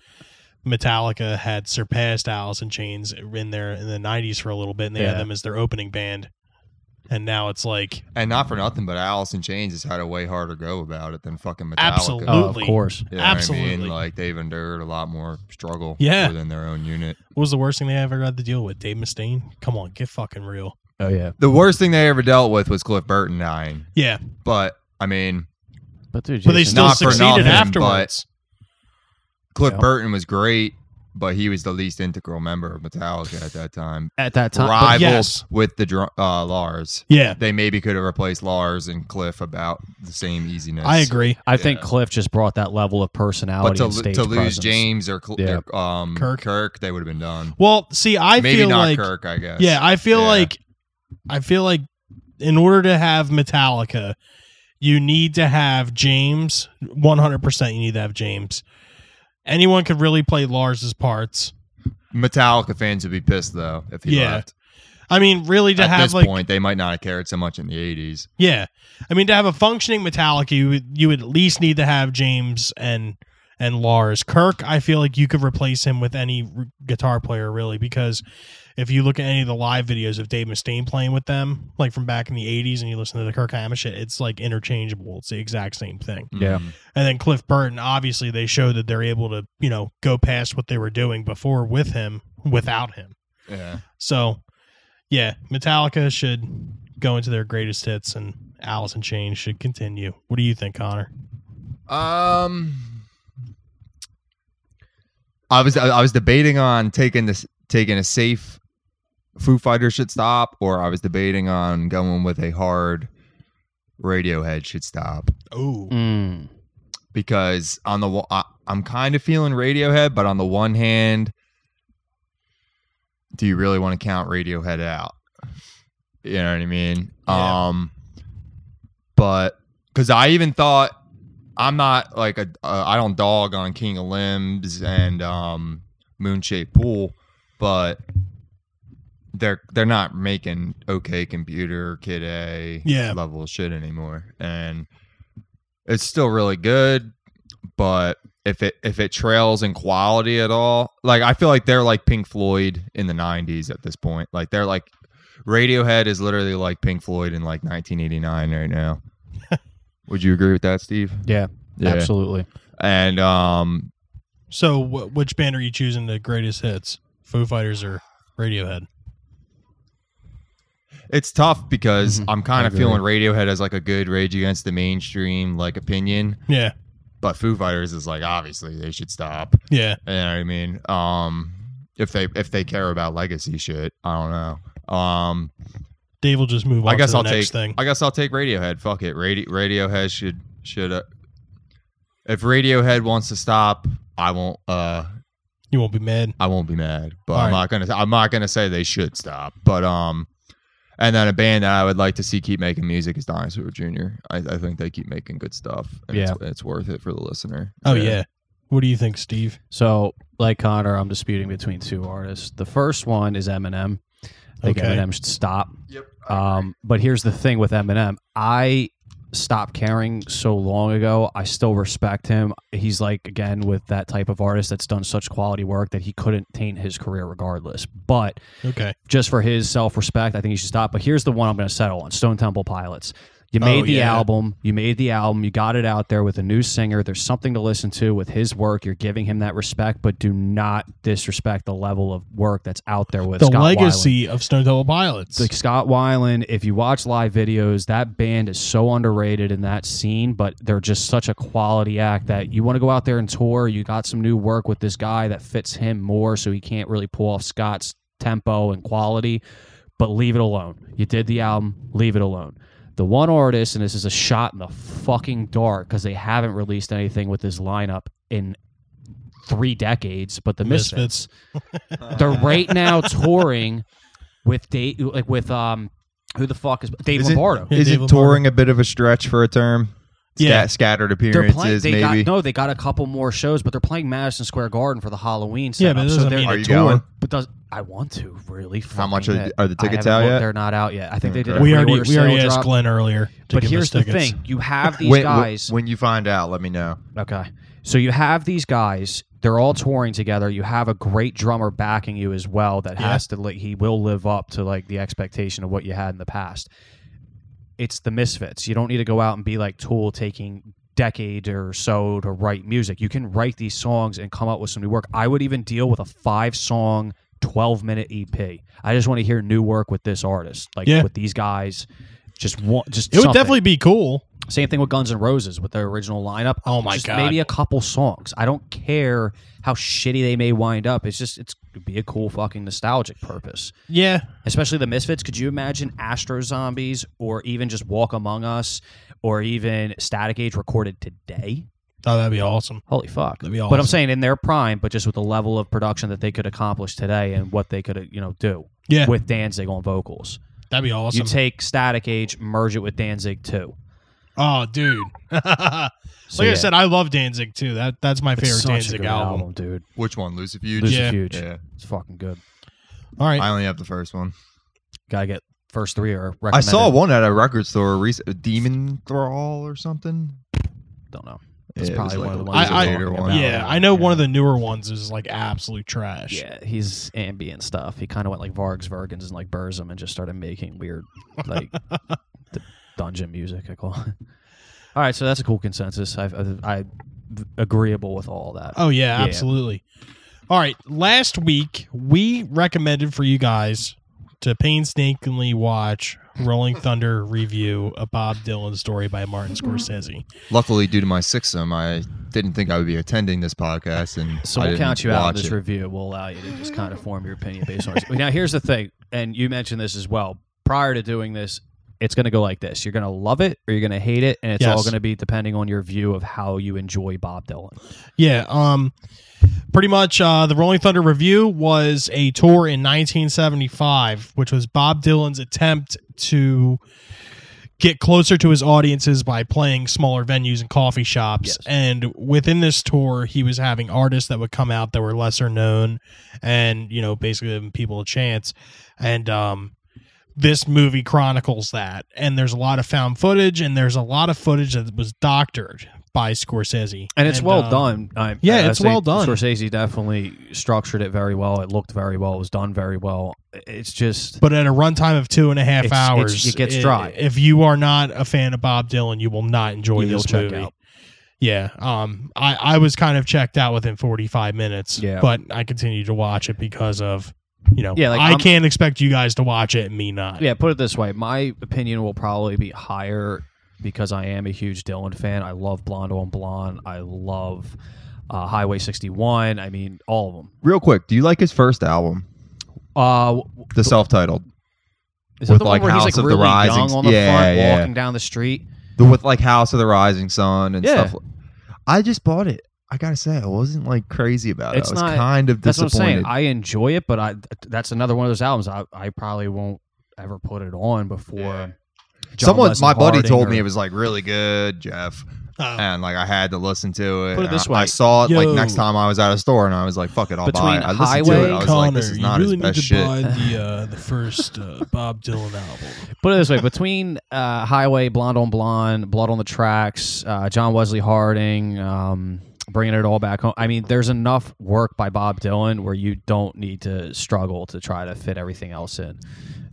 C: metallica had surpassed alice in chains in their in the 90s for a little bit and they had
D: Yeah.
C: them as their opening band and now it's like
F: And not for nothing, but Alice in Chains has had a way harder go about it than fucking Metallica.
C: Absolutely.
D: oh, of
C: Absolutely.
D: course.
F: You know what I
C: Absolutely.
F: mean? Like they've endured a lot more struggle
C: Yeah.
F: within their own unit.
C: What was the worst thing they ever had to deal with? Dave Mustaine? Come on, get fucking real.
D: Oh yeah.
F: The worst thing they ever dealt with was Cliff Burton dying.
C: Yeah,
F: But I mean,
D: But dude,
C: but they
D: Jason-
C: still
F: Not for
C: succeeded
F: nothing,
C: afterwards.
F: Cliff
D: Yeah.
F: Burton was great, but he was the least integral member of Metallica at that time.
D: at that time. but
F: Rivals
C: yes.
F: with the dr- uh, Lars.
C: Yeah,
F: They maybe could have replaced Lars and Cliff about the same easiness.
C: I agree.
D: I think
F: Yeah.
D: Cliff just brought that level of
F: But
D: personality
F: to,
D: and
F: lo-
D: stage
F: to lose
D: presence.
F: James or, Cl-
D: Yeah.
F: or, um,
C: Kirk.
F: Kirk. they would have been done.
C: Well, see, I
F: maybe
C: feel
F: not
C: like
F: Kirk, I guess.
C: yeah, I feel
F: Yeah.
C: like I feel like in order to have Metallica, you need to have James. One hundred percent, you need to have James. Anyone could really play Lars's parts.
F: Metallica fans would be pissed though if he
C: Yeah.
F: left.
C: I mean, really to
F: At
C: have
F: this
C: like
F: point, they might not have cared so much in the '80s.
C: yeah, I mean to have a functioning Metallica, you would, you would at least need to have James and and Lars. Kirk, I feel like you could replace him with any r- guitar player really because if you look at any of the live videos of Dave Mustaine playing with them, like from back in the '80s, and you listen to the Kirk Hammett shit, it's like interchangeable. It's the exact same thing.
D: Yeah.
F: Mm.
C: And then Cliff Burton, obviously, they showed that they're able to you know go past what they were doing before with him without him.
F: yeah.
C: So, yeah, Metallica should go into their greatest hits, and Alice in Chains should continue. What do you think, Connor?
F: Um, I was I, I was debating on taking this taking a safe Foo Fighter should stop, or I was debating on going with a hard Radiohead should stop
C: Oh,
D: Mm.
F: because on the wa- I, I'm kind of feeling Radiohead, but on the one hand, do you really want to count Radiohead out? You know what I mean?
C: Yeah.
F: Um, but because I even thought I'm not like a uh, I don't dog on King of Limbs and um, Moonshaped Pool, but they're they're not making okay computer kid A
C: Yeah.
F: level shit anymore, and it's still really good, but if it if it trails in quality at all, like I feel like they're like Pink Floyd in the '90s at this point. Like they're like Radiohead is literally like Pink Floyd in like 1989 right now. Would you agree with that, Steve?
D: Yeah,
F: Yeah.
D: absolutely.
F: And um,
C: so wh- which band are you choosing the greatest hits? Foo Fighters or Radiohead?
F: it's tough because
D: Mhm.
C: Mm-hmm.
F: I'm kind
D: I
F: of
D: agree.
F: feeling Radiohead as like a good Rage Against the Mainstream like opinion,
C: Yeah,
F: but Foo Fighters is like obviously they should stop.
C: yeah,
F: You know what I mean? Um, if they if they care about legacy shit, I don't know. Um,
C: Dave will just move on.
F: I guess
C: to the
F: I'll take.
C: next thing.
F: I guess I'll take Radiohead. Fuck it. Radio, Radiohead should should. Uh, if Radiohead wants to stop, I won't. Uh,
C: you won't be mad.
F: I won't be mad. But
C: All
F: I'm
C: right.
F: not gonna. I'm not gonna say they should stop. But um, and then a band that I would like to see keep making music is Dinosaur Jr. I, I think they keep making good stuff. And it's, it's worth it for the listener.
C: Oh yeah. What do you think, Steve?
D: So, like Connor, I'm disputing between two artists. The first one is Eminem. I think
C: Okay.
D: Eminem should stop.
F: Yep.
D: <laughs> Um, but here's the thing with Eminem. I stopped caring so long ago. I still respect him. He's like again with that type of artist that's done such quality work that he couldn't taint his career regardless. But
C: Okay.
D: just for his self respect, I think he should stop. But here's the one I'm going to settle on Stone Temple Pilots. You made
C: Oh,
D: the
C: yeah.
D: album. You made the album. You got it out there with a new singer. There's something to listen to with his work. You're giving him that respect, but do not disrespect the level of work that's out there with
C: The
D: Scott Weiland.
C: legacy of Stone Temple Pilots.
D: Like Scott Weiland, if you watch live videos, that band is so underrated in that scene, but they're just such a quality act that you want to go out there and tour. You got some new work with this guy that fits him more, so he can't really pull off Scott's tempo and quality, but leave it alone. You did the album, leave it alone. The one artist, and this is a shot in the fucking dark because they haven't released anything with this lineup in three decades, but the
C: Misfits.
D: Misfits they're right now touring with date like with um who the fuck is Dave
F: Is it-
D: Lombardo.
C: Yeah,
F: Is
C: Dave
F: it
C: Lombardo.
F: touring a bit of a stretch for a term? Scat-
C: Yeah.
F: scattered
D: They're
F: appearances,
D: playing. They
F: maybe.
D: got no. They got a couple more shows, but they're playing Madison Square Garden for the
C: Yeah,
D: Halloween. Setup.
C: but it
D: so
C: doesn't
D: they're-
C: mean
F: Are you going?
D: But does I want to really? fucking
F: much are-
D: bad.
F: are the
D: I
F: tickets
D: haven't
F: out
D: looked.
F: yet?
D: They're not out yet. I think they did. a
C: we already
D: pre-order
C: we already
D: sale
C: asked
D: drop.
C: Glenn earlier. To
D: But
C: give
D: here's
C: us
D: the
C: tickets.
D: thing: you have
F: <laughs>
D: these
F: When-
D: guys.
F: When you find out, let me know.
D: Okay. So you have these guys, they're all touring together. You have a great drummer backing you as well that
C: Yeah.
D: has to like he will live up to like the expectation of what you had in the past. It's the misfits. You don't need to go out and be like Tool taking decade or so to write music. You can write these songs and come up with some new work. I would even deal with a five song 12 minute EP. I just want to hear new work with this artist, like
C: Yeah.
D: with these guys. Just one just
C: It would
D: something.
C: definitely be cool.
D: Same thing with Guns N' Roses with their original lineup.
C: Oh my
D: Just
C: God.
D: Maybe a couple songs. I don't care how shitty they may wind up. It's just it's it'd be a cool fucking nostalgic purpose.
C: Yeah.
D: Especially the Misfits. Could you imagine Astro Zombies or even just Walk Among Us or even Static Age recorded today?
C: Oh, that'd be awesome.
D: Holy fuck!
C: That'd be
D: But I'm
C: awesome.
D: saying in their prime, but just with the level of production that they could accomplish today and what they could you know do
C: Yeah.
D: with Danzig on vocals.
C: That'd be awesome.
D: You take Static Age, merge it with Danzig too.
C: oh, dude. <laughs> like I
D: yeah.
C: said, I love Danzig too. That that's my
D: It's
C: favorite
D: such a
C: Danzig
D: good
C: album.
D: dude.
F: Which one? Lucifuge?
D: This
C: Yeah.
D: is huge.
F: Yeah.
D: It's fucking good.
C: All right.
F: I only have the first one.
D: Gotta get first three or recommended.
F: I saw one at a record store recent Demon Thrall or something.
D: Don't know.
F: Yeah,
D: It's
F: it was
D: probably
F: like
D: one of the
F: a
D: ones.
C: I- I-
D: you're talking
F: one.
D: about.
C: yeah, I know one of the newer ones is like absolute trash.
D: Yeah, he's ambient stuff. He kind of went like Vargs, Vergens, and like Burzum, and just started making weird,
F: <laughs>
D: like d- dungeon music. I call. it. All right, so that's a cool consensus. I, I, I agreeable with all that.
C: Oh yeah,
D: Yeah.
C: absolutely. All right, last week we recommended for you guys to painstakingly watch Rolling Thunder review a Bob Dylan story by Martin
D: Mm-hmm.
C: Scorsese.
F: Luckily, due to my sixum, I didn't think I would be attending this podcast, and
D: So
F: I
D: we'll
F: didn't
D: count you out
F: watch
D: of this
F: it.
D: review. We'll allow you to just kind of form your opinion based on. now, here's the thing, and you mentioned this as well. Prior to doing this, it's going to go like this: you're going to love it or you're going to hate it, and it's all
C: Yes.
D: going to be depending on your view of how you enjoy Bob Dylan.
C: Yeah, um pretty much uh the Rolling Thunder review was a tour in 1975 which was Bob Dylan's attempt to get closer to his audiences by playing smaller venues and coffee shops
D: Yes.
C: and within this tour he was having artists that would come out that were lesser known and you know basically giving people a chance and um this movie chronicles that and there's a lot of found footage and there's a lot of footage that was doctored by Scorsese
D: And it's well
C: um,
D: done. I,
C: yeah,
D: I
C: it's
D: say
C: well done.
D: Scorsese definitely structured it very well. It looked very well. It was done very well. It's just
C: but at a runtime of two and a half
D: It's- it's-
C: hours,
D: it gets
C: i-
D: dry.
C: If you are not a fan of Bob Dylan, you will not enjoy
D: You'll
C: this
D: check
C: movie.
D: out.
C: Yeah, um, I I was kind of checked out within forty five minutes.
D: Yeah.
C: but I continued to watch it because of you know,
D: Yeah, like,
C: I
D: I'm-
C: can't expect you guys to watch it and me not.
D: yeah. Put it this way, my opinion will probably be higher because I am a huge Dylan fan. I love Blonde on Blonde. I love uh, Highway 61. I mean, all of them.
F: Real quick, do you like his first album,
D: Uh, w-
F: the self-titled,
D: is that
F: With,
D: the one
F: like,
D: where he's
F: House
D: like
F: of the
D: really
F: Rising-
D: young on the
F: yeah,
D: front,
F: yeah.
D: walking down the street?
F: the with like House of the Rising Sun and
D: Yeah.
F: stuff? li- I just bought it. I gotta say, I wasn't like crazy about it.
D: It's
F: I was
D: not-
F: kind of
D: That's what I'm
F: disappointed.
D: saying. I enjoy it, but I that's another one of those albums I, I probably won't ever put it on before. John
F: Someone,
D: Wesley
F: my buddy,
D: Harding
F: told
D: or-
F: me it was like really good, Jeff,
C: Uh,
F: and like I had to listen to it.
D: Put it
F: and
D: this
F: I-
D: way.
F: I saw it
C: Yo.
F: like next time I was at a store, and I was like, "Fuck it, I'll buy it." I
D: Between
F: listened to it.
D: Highway-
F: I was
C: Connor,
F: like, "This is not
C: you really need
F: his best
C: to
F: shit."
C: buy
F: <laughs>
C: the uh, the first uh, Bob Dylan
D: <laughs>
C: album.
D: <laughs> Put it this way: between uh, Highway, Blonde on Blonde, Blood on the Tracks, uh, John Wesley Harding, um, bringing it all back home. I mean, there's enough work by Bob Dylan where you don't need to struggle to try to fit everything else in.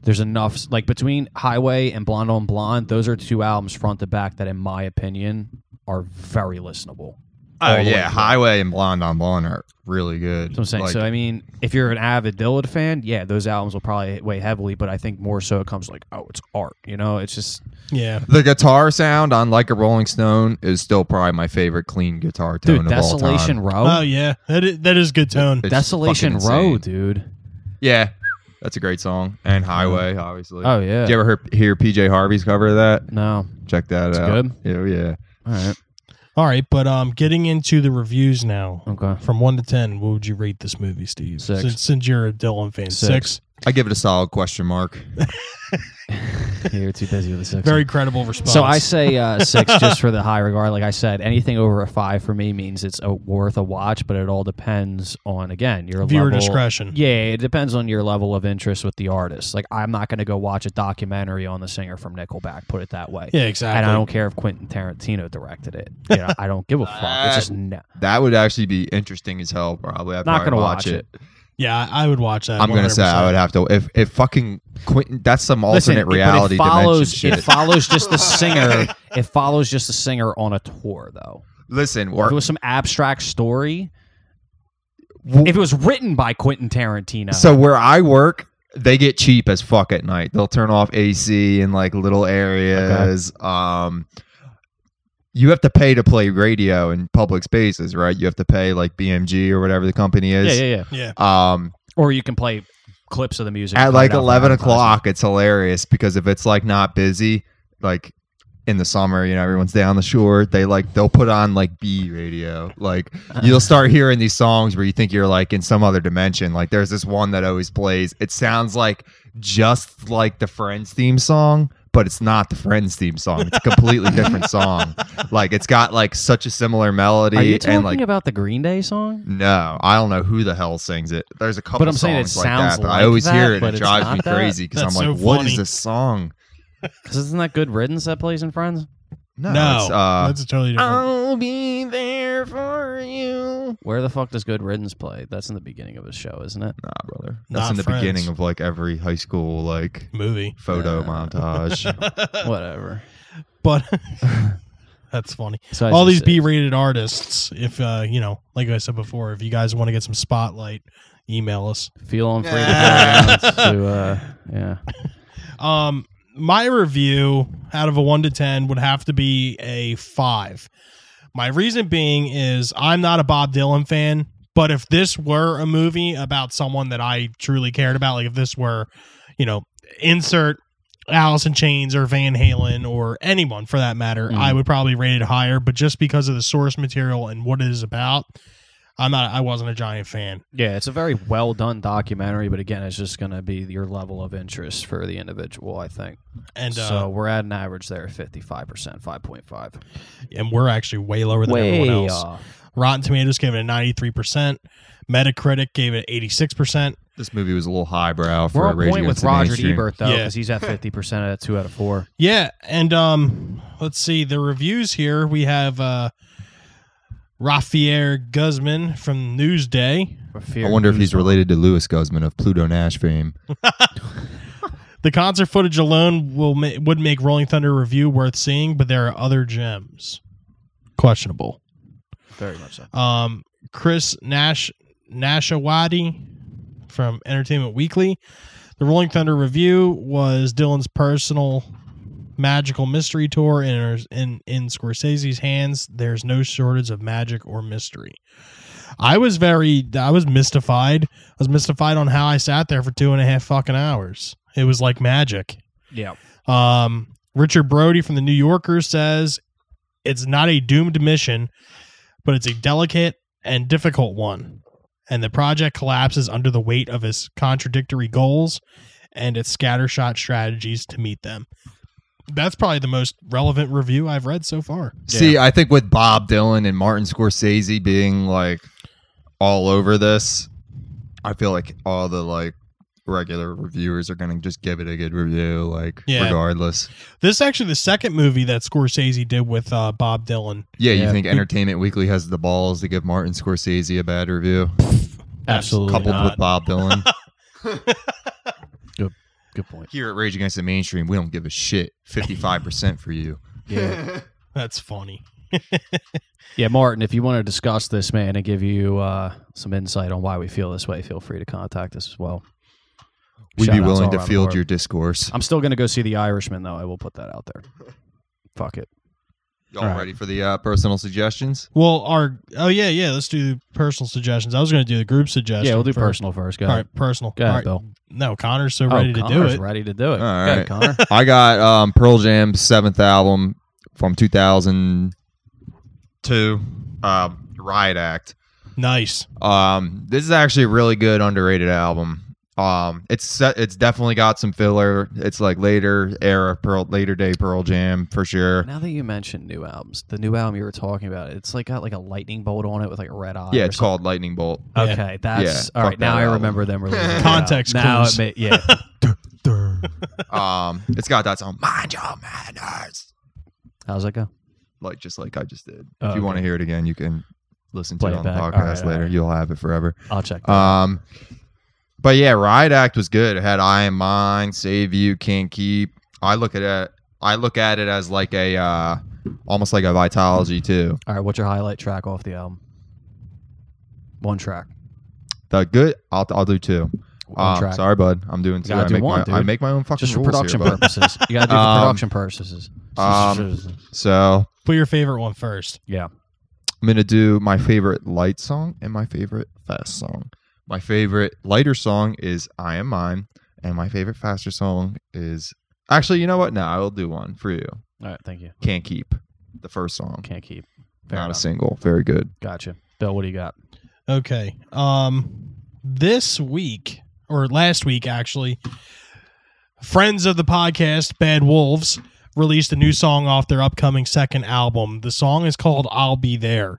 D: There's enough, like between Highway and Blonde on Blonde, those are two albums front to back that, in my opinion, are very listenable.
F: Oh
D: all the way
F: yeah,
D: through.
F: Highway and Blonde on Blonde are really good.
D: That's what I'm saying.
F: Like,
D: so I mean, if you're an avid Dillard fan, yeah, those albums will probably weigh heavily. But I think more so it comes like, oh, it's art. You know, it's just
C: Yeah,
F: the guitar sound on "Like a Rolling Stone" is still probably my favorite clean guitar tone
D: dude,
F: of all
D: Desolation
F: time.
D: Row,
C: oh yeah, that is, that is good
F: <laughs>
C: tone.
F: It's
D: Desolation
F: fucking
D: Row,
F: insane.
D: dude.
F: Yeah, that's a great song. And Highway, obviously.
D: Oh yeah,
F: Did you ever hear, hear PJ Harvey's cover of that?
D: no,
F: Check that out. Yeah, yeah.
D: all right,
C: All right, but um, getting into the reviews now.
D: okay.
C: From one to ten, what would you rate this movie, Steve?
D: Six.
C: Since, since you're a Dylan fan,
D: Six.
C: six.
F: I give it a solid question mark.
D: <laughs> You're too busy with the six.
C: Very credible response.
D: so I say uh, six
C: <laughs>
D: just for the high regard. Like I said, anything over a five for me means it's a, worth a watch, but it all depends on again your
C: viewer
D: level,
C: discretion.
D: Yeah, it depends on your level of interest with the artist. Like, I'm not going to go watch a documentary on the singer from Nickelback. Put it that way.
C: Yeah, exactly.
D: And I don't care if Quentin Tarantino directed it. You know, I don't give a fuck. It's just no.
F: That would actually be interesting as hell. Probably. I'd
D: Not
F: probably
D: gonna watch it.
C: yeah, I- I would watch that.
F: I'm gonna say I would have to. If if fucking Quentin, that's some
D: Listen, it-
F: alternate
D: but
F: reality
D: it follows.
F: dimension
D: It
F: shit.
D: follows just
F: <laughs>
D: the singer. It follows just the singer on a tour, though.
F: Listen,
D: If it
F: we're,
D: was some abstract story,
F: w-
D: if it was written by Quentin Tarantino,
F: so where I work, they get cheap as fuck at night. They'll turn off AC in like little areas. Um, you have to pay to play radio in public spaces, right? You have to pay like BMG or whatever the company
D: Yeah,
F: is.
D: yeah, yeah.
C: Yeah.
F: Um,
D: Or you can play clips of the music
F: at
D: cut
F: like
D: out for
F: 11
D: advertising.
F: o'clock it's hilarious because if it's like not busy like in the summer you know everyone's down the shore they like they'll put on like b radio like
D: <laughs>
F: you'll start hearing these songs where you think you're like in some other dimension like there's this one that always plays it sounds like just like the friends theme song but it's not the friends theme song it's a completely
D: <laughs>
F: different song like it's got like such a similar melody
D: Are you talking
F: and like
D: about the Green Day song?
F: no, I don't know who the hell sings it. There's a couple.
D: I'm
F: songs
D: saying it
F: like
D: sounds
F: that, but I
D: like
F: always
D: that,
F: hear it.
D: but
F: and It
D: it's
F: drives
D: not
F: me
D: that.
F: crazy because I'm
C: That's
F: like,
C: so
F: what
C: funny.
F: is this song?
D: Because isn't that Good Riddance that plays in Friends?
F: No,
C: no,
F: it's, uh,
C: that's a totally different.
F: I'll be there for you.
D: Where the fuck does Good Riddance play? That's in the beginning of the show, isn't
C: <laughs>
D: it?
F: Nah, brother. That's
C: Not
F: in the
C: friends.
F: beginning of like every high school
C: <laughs>
F: like
C: movie. <laughs>
F: photo montage.
D: Whatever.
C: but <laughs> that's funny.
D: So I
C: All these
D: just-
C: B-rated artists, if uh, you know, like I said before, if you guys want to get some spotlight, email us.
D: feeling free to,
F: <laughs>
D: to uh, yeah.
C: Um, my review out of a one to ten would have to be a five. My reason being is I'm not a Bob Dylan fan, but if this were a movie about someone that I truly cared about, like if this were, you know, insert Alice in Chains or Van Halen or anyone for that matter,
D: Mhm.
C: I would probably rate it higher. But just because of the source material and what it is about, I'm not. I wasn't a giant fan.
D: Yeah, it's a very well done documentary, but again, it's just going to be your level of interest for the individual, I think.
C: And uh,
D: so we're at an average there of 55%, 5.5.
C: and we're actually way lower than everyone else.
D: off.
C: Rotten Tomatoes gave it a 93%. Metacritic gave it 86%.
F: this movie was a little highbrow for
D: We're
F: a
D: on point with Roger Ebert, though,
C: Yeah.
D: because he's at 50% of that, two out of four.
C: Yeah, and um let's see the reviews here. We have uh Rafael Guzman from Newsday.
D: I
F: I wonder if he's related to Louis Guzman of Pluto Nash fame.
C: The concert footage alone will ma- would make Rolling Thunder review worth seeing, but there are other gems. Questionable.
D: Very much so.
C: Um, Chris Nash Nashawati from Entertainment Weekly. The Rolling Thunder review was Dylan's personal magical mystery tour in in in Scorsese's hands. There's no shortage of magic or mystery. I was very I was mystified. I was mystified on how I sat there for two and a half fucking hours. It was like magic.
D: Yeah.
C: Um, Richard Brody from the New Yorker says it's not a doomed mission, but it's a delicate and difficult one. And the project collapses under the weight of its contradictory goals and its scattershot strategies to meet them. That's probably the most relevant review I've read so far.
F: See, I think with Bob Dylan and Martin Scorsese being like all over this, I feel like all the like regular reviewers are gonna just give it a good review, like
C: Yeah.
F: regardless.
C: This is actually the second movie that Scorsese did with uh, Bob Dylan.
F: Yeah, you
D: Yeah.
F: think Entertainment Weekly has the balls to give Martin Scorsese a bad review,
D: Absolutely.
F: coupled
D: not.
F: with Bob
D: <laughs>
F: Dylan?
D: Good point.
F: Here at Rage Against the Mainstream, we don't give a shit. Fifty-five percent for you.
D: Yeah.
C: That's funny.
D: yeah, Martin, if you want to discuss this, man, and give you uh, some insight on why we feel this way, feel free to contact us as well.
F: We'd be
D: Shout-outs all
F: willing to
D: around the
F: field
D: world.
F: your discourse.
D: I'm still going to go see The Irishman, though. I will put that
F: <laughs>
D: out there. Fuck it.
F: Y'all
D: All right.
F: ready for the uh, personal suggestions?
C: Well, our oh yeah yeah let's do personal suggestions. I was going to do the group suggestion.
D: Yeah, we'll do
C: first.
D: personal first. Go
C: All
D: ahead.
C: right, personal.
D: Go ahead,
C: All right.
D: Bill. Oh,
C: No, Connor's so ready to do
D: Connor's
C: it.
D: Ready to do it. Go
F: All
D: ahead,
F: right. <laughs>
D: Connor.
F: I got um, Pearl Jam's seventh album from 2002, um, Riot Act.
C: Nice.
F: Um, this is actually a really good underrated album. Um, it's it's definitely got some filler. It's like later era Pearl, later day Pearl Jam for sure.
D: Now that you mentioned new albums, the new album you were talking about, it's like got like a lightning bolt on it with like a red eye.
F: Yeah,
D: or
F: it's
D: something.
F: called
D: <laughs>
F: Lightning Bolt.
D: Okay, that's
F: Yeah,
D: all right.
F: fuck
D: Now
F: that
D: I
F: album.
D: remember them
F: <laughs>
D: releasing it.
C: Context
D: Now
C: clues.
D: it
C: <laughs>
D: may, yeah,
F: Um, it's got that song Mind Your Manners,
D: how's that go?
F: like just like I just did. If
D: Oh,
F: you
D: okay.
F: want to hear it again, you can listen to
D: Play
F: it
D: it
F: on the
D: back. All
F: podcast
D: right, all
F: later.
D: right.
F: You'll have it forever.
D: I'll check. That.
F: Um, but yeah, Riot Act was good. It had I Am Mine, Save You, Can't Keep. I look at it. I look at it as like a uh, almost like a Vitology too.
D: all right, what's your highlight track off the album? One track.
F: The good. I'll I'll do two.
D: One
F: Um,
D: track.
F: sorry, bud. I'm doing two.
D: gotta
F: I
D: do
F: make
D: one,
F: my I
D: dude.
F: make my own fucking
D: Just for
F: rules
D: production
F: here, bud.
D: purposes. You gotta do it for
F: <laughs> Um,
D: production purposes.
F: Um, so
C: Put your favorite one first.
D: yeah.
F: I'm gonna do my favorite light song and my favorite fast song. My favorite lighter song is "I Am Mine," and my favorite faster song is actually. You know what? No, I will do one for you.
D: All right. Thank you.
F: Can't keep the first song.
D: Can't keep. Fair
F: Not a
D: enough.
F: single. Very good.
D: Gotcha. Bill, what do you got?
C: Okay. Um this week or last week actually, friends of the podcast Bad Wolves released a new song off their upcoming second album. The song is called I'll Be There.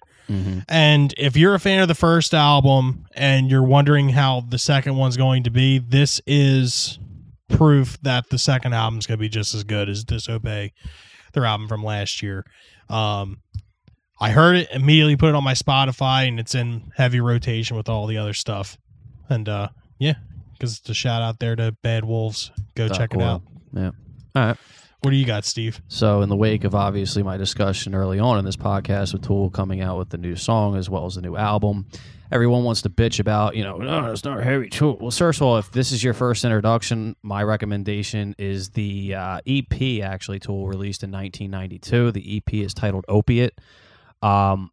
C: And if you're a fan of the first album and you're wondering how the second one's going to be, this is proof that the second album's going to be just as good as Disobey, their album from last year. Um, I heard it, immediately put it on my Spotify, and it's in heavy rotation with all the other stuff. And uh, yeah, because it's a shout out there to Bad Wolves. Go check it out.
D: Yeah. All right.
C: What do you got, Steve?
D: So, in the wake of obviously my discussion early on in this podcast with Tool coming out with the new song as well as the new album, everyone wants to bitch about, you know, no, it's not heavy Tool. Well, first of all, if this is your first introduction, my recommendation is the uh, EP, actually, Tool released in 1992. The EP is titled Opiate. Um,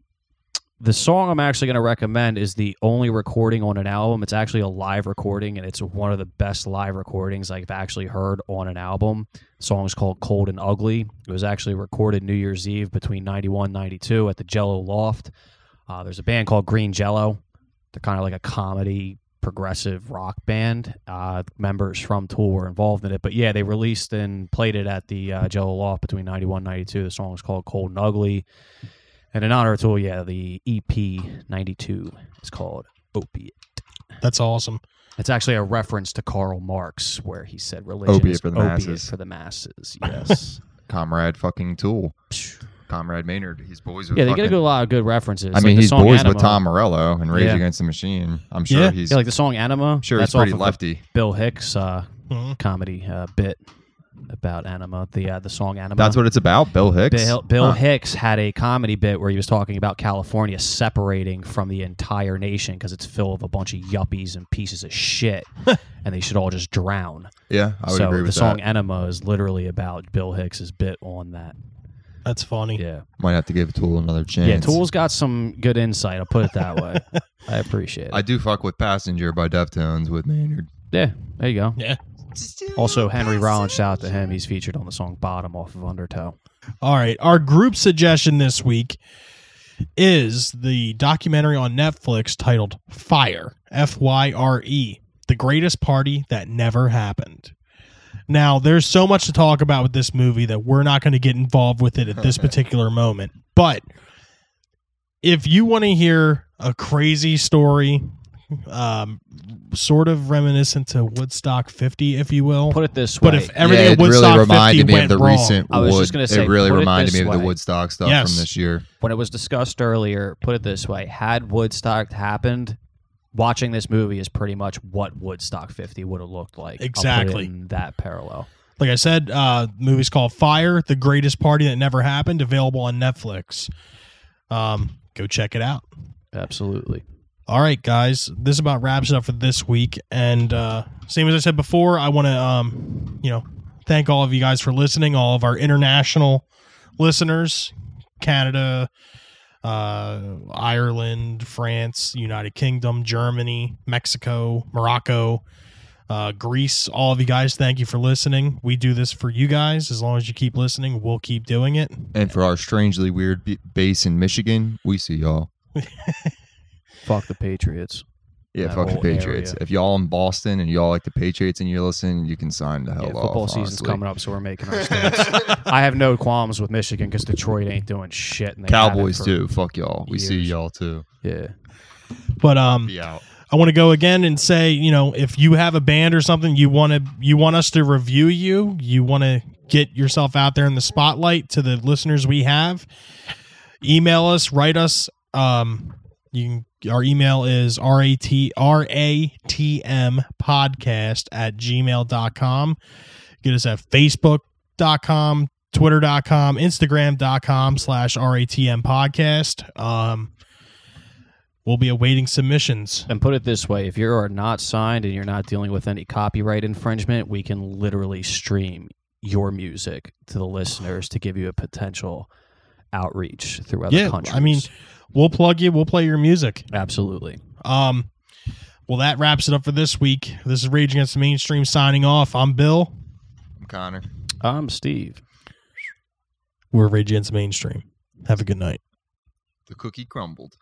D: the song I'm actually going to recommend is the only recording on an album. It's actually a live recording, and it's one of the best live recordings I've actually heard on an album. The song's called Cold and Ugly. It was actually recorded New Year's Eve between 91 and 92 at the Jello Loft. Uh, there's a band called Green Jello. They're kind of like a comedy progressive rock band. Uh, members from Tool were involved in it. But yeah, they released and played it at the uh, Jello Loft between 91 and 92. The song is called Cold and Ugly. And in honor of Tool, yeah, the EP 92 is called Opiate.
C: That's awesome.
D: It's actually a reference to Karl Marx, where he said religion
F: Opiate
D: is
F: for the
D: opiate
F: masses.
D: for the
F: <laughs>
D: masses. Yes.
F: Comrade fucking Tool. Comrade Maynard. He's boys with.
D: yeah, they get a
F: fucking-
D: good- a lot of good references.
F: I
D: like
F: mean,
D: the
F: he's
D: song
F: boys
D: Anima,
F: with Tom Morello and Rage
D: Yeah.
F: Against the Machine. I'm sure
C: Yeah.
F: he's.
D: Yeah, like the song Anima.
F: sure
D: that's
F: he's pretty
D: off of a
F: lefty.
D: Bill Hicks uh,
C: Mhm.
D: comedy uh, bit about Anima. The uh, the song Anima.
F: That's what it's about. Bill Hicks.
D: Bill, Bill
F: Huh.
D: Hicks had a comedy bit where he was talking about California separating from the entire nation because it's filled with a bunch of yuppies and pieces of shit, and they should all just drown.
F: Yeah, I would
D: so
F: agree
D: the
F: with
D: song
F: that.
D: Enema is literally about Bill Hicks's bit on that.
C: That's funny.
D: Yeah,
F: Might have to give Tool another chance.
D: yeah. Tool's got some good insight. I'll put it that way. I appreciate it.
F: I do fuck with Passenger by Deftones with Maynard.
D: yeah, there you go.
C: Yeah.
D: Also, Henry Rollins, shout out to him. He's featured on the song "Bottom" off of Undertow.
C: All right. Our group suggestion this week is the documentary on Netflix titled Fire, F Y R E, The Greatest Party That Never Happened. Now, there's so much to talk about with this movie that we're not going to get involved with it at this particular moment. But if you want to hear a crazy story, um, sort of reminiscent to Woodstock 50, if you will,
D: Put it this way.
C: but if everything
F: yeah,
C: at
F: it
C: Woodstock
F: really
C: 50
F: reminded me
C: went
F: of the
C: wrong,
F: recent.
D: I was
F: Wood-
D: just gonna say,
F: it really
D: put it
F: reminded
D: this
F: me of
D: way.
F: the Woodstock stuff
C: Yes.
F: from this year.
D: when it was discussed earlier, put it this way: had Woodstock happened, watching this movie is pretty much what Woodstock 50 would have looked like. I'll put it
C: Exactly.
D: in that parallel.
C: like I said, uh, movie's called Fire, The Greatest Party That Never Happened, available on Netflix. Um, go check it out.
D: Absolutely.
C: All right, guys, this about wraps it up for this week. And uh, same as I said before, I want to, um, you know, thank all of you guys for listening, all of our international listeners, Canada, uh, Ireland, France, United Kingdom, Germany, Mexico, Morocco, uh, Greece. All of you guys, thank you for listening. We do this for you guys. As long as you keep listening, we'll keep doing it.
F: And for our strangely weird b- base in Michigan, we see y'all.
D: Fuck the Patriots.
F: Yeah,
D: That
F: fuck the
D: whole area.
F: Patriots. If y'all in Boston and y'all like the Patriots and you're listening, you can sign the hell
D: Yeah,
F: off.
D: football season's
F: honestly.
D: coming up, so we're making our
F: <laughs>
D: stance. I have no qualms with Michigan because Detroit ain't doing shit. And they haven't
F: Cowboys
D: for-
F: too. Fuck y'all. We see
D: years.
F: y'all too.
D: Yeah.
C: But um,
F: Be out.
C: I want to go again and say, you know, if you have a band or something you want to you want us to review you, you want to get yourself out there in the spotlight to the listeners we have, email us, write us. Um, you can, our email is ratratm podcast at gmail.com. Get us at facebook.com, twitter.com, instagram.com slash ratm podcast. Um, we'll be awaiting submissions.
D: And put it this way: if you are not signed and you're not dealing with any copyright infringement, we can literally stream your music to the listeners to give you a potential outreach through other
C: yeah,
D: countries.
C: I mean, we'll plug you. We'll play your music.
D: absolutely.
C: Um, well, that wraps it up for this week. This is Rage Against the Mainstream signing off. I'm Bill.
F: I'm Connor.
D: I'm Um, Steve.
C: We're Rage Against the Mainstream. Have a good night.
F: The cookie crumbled.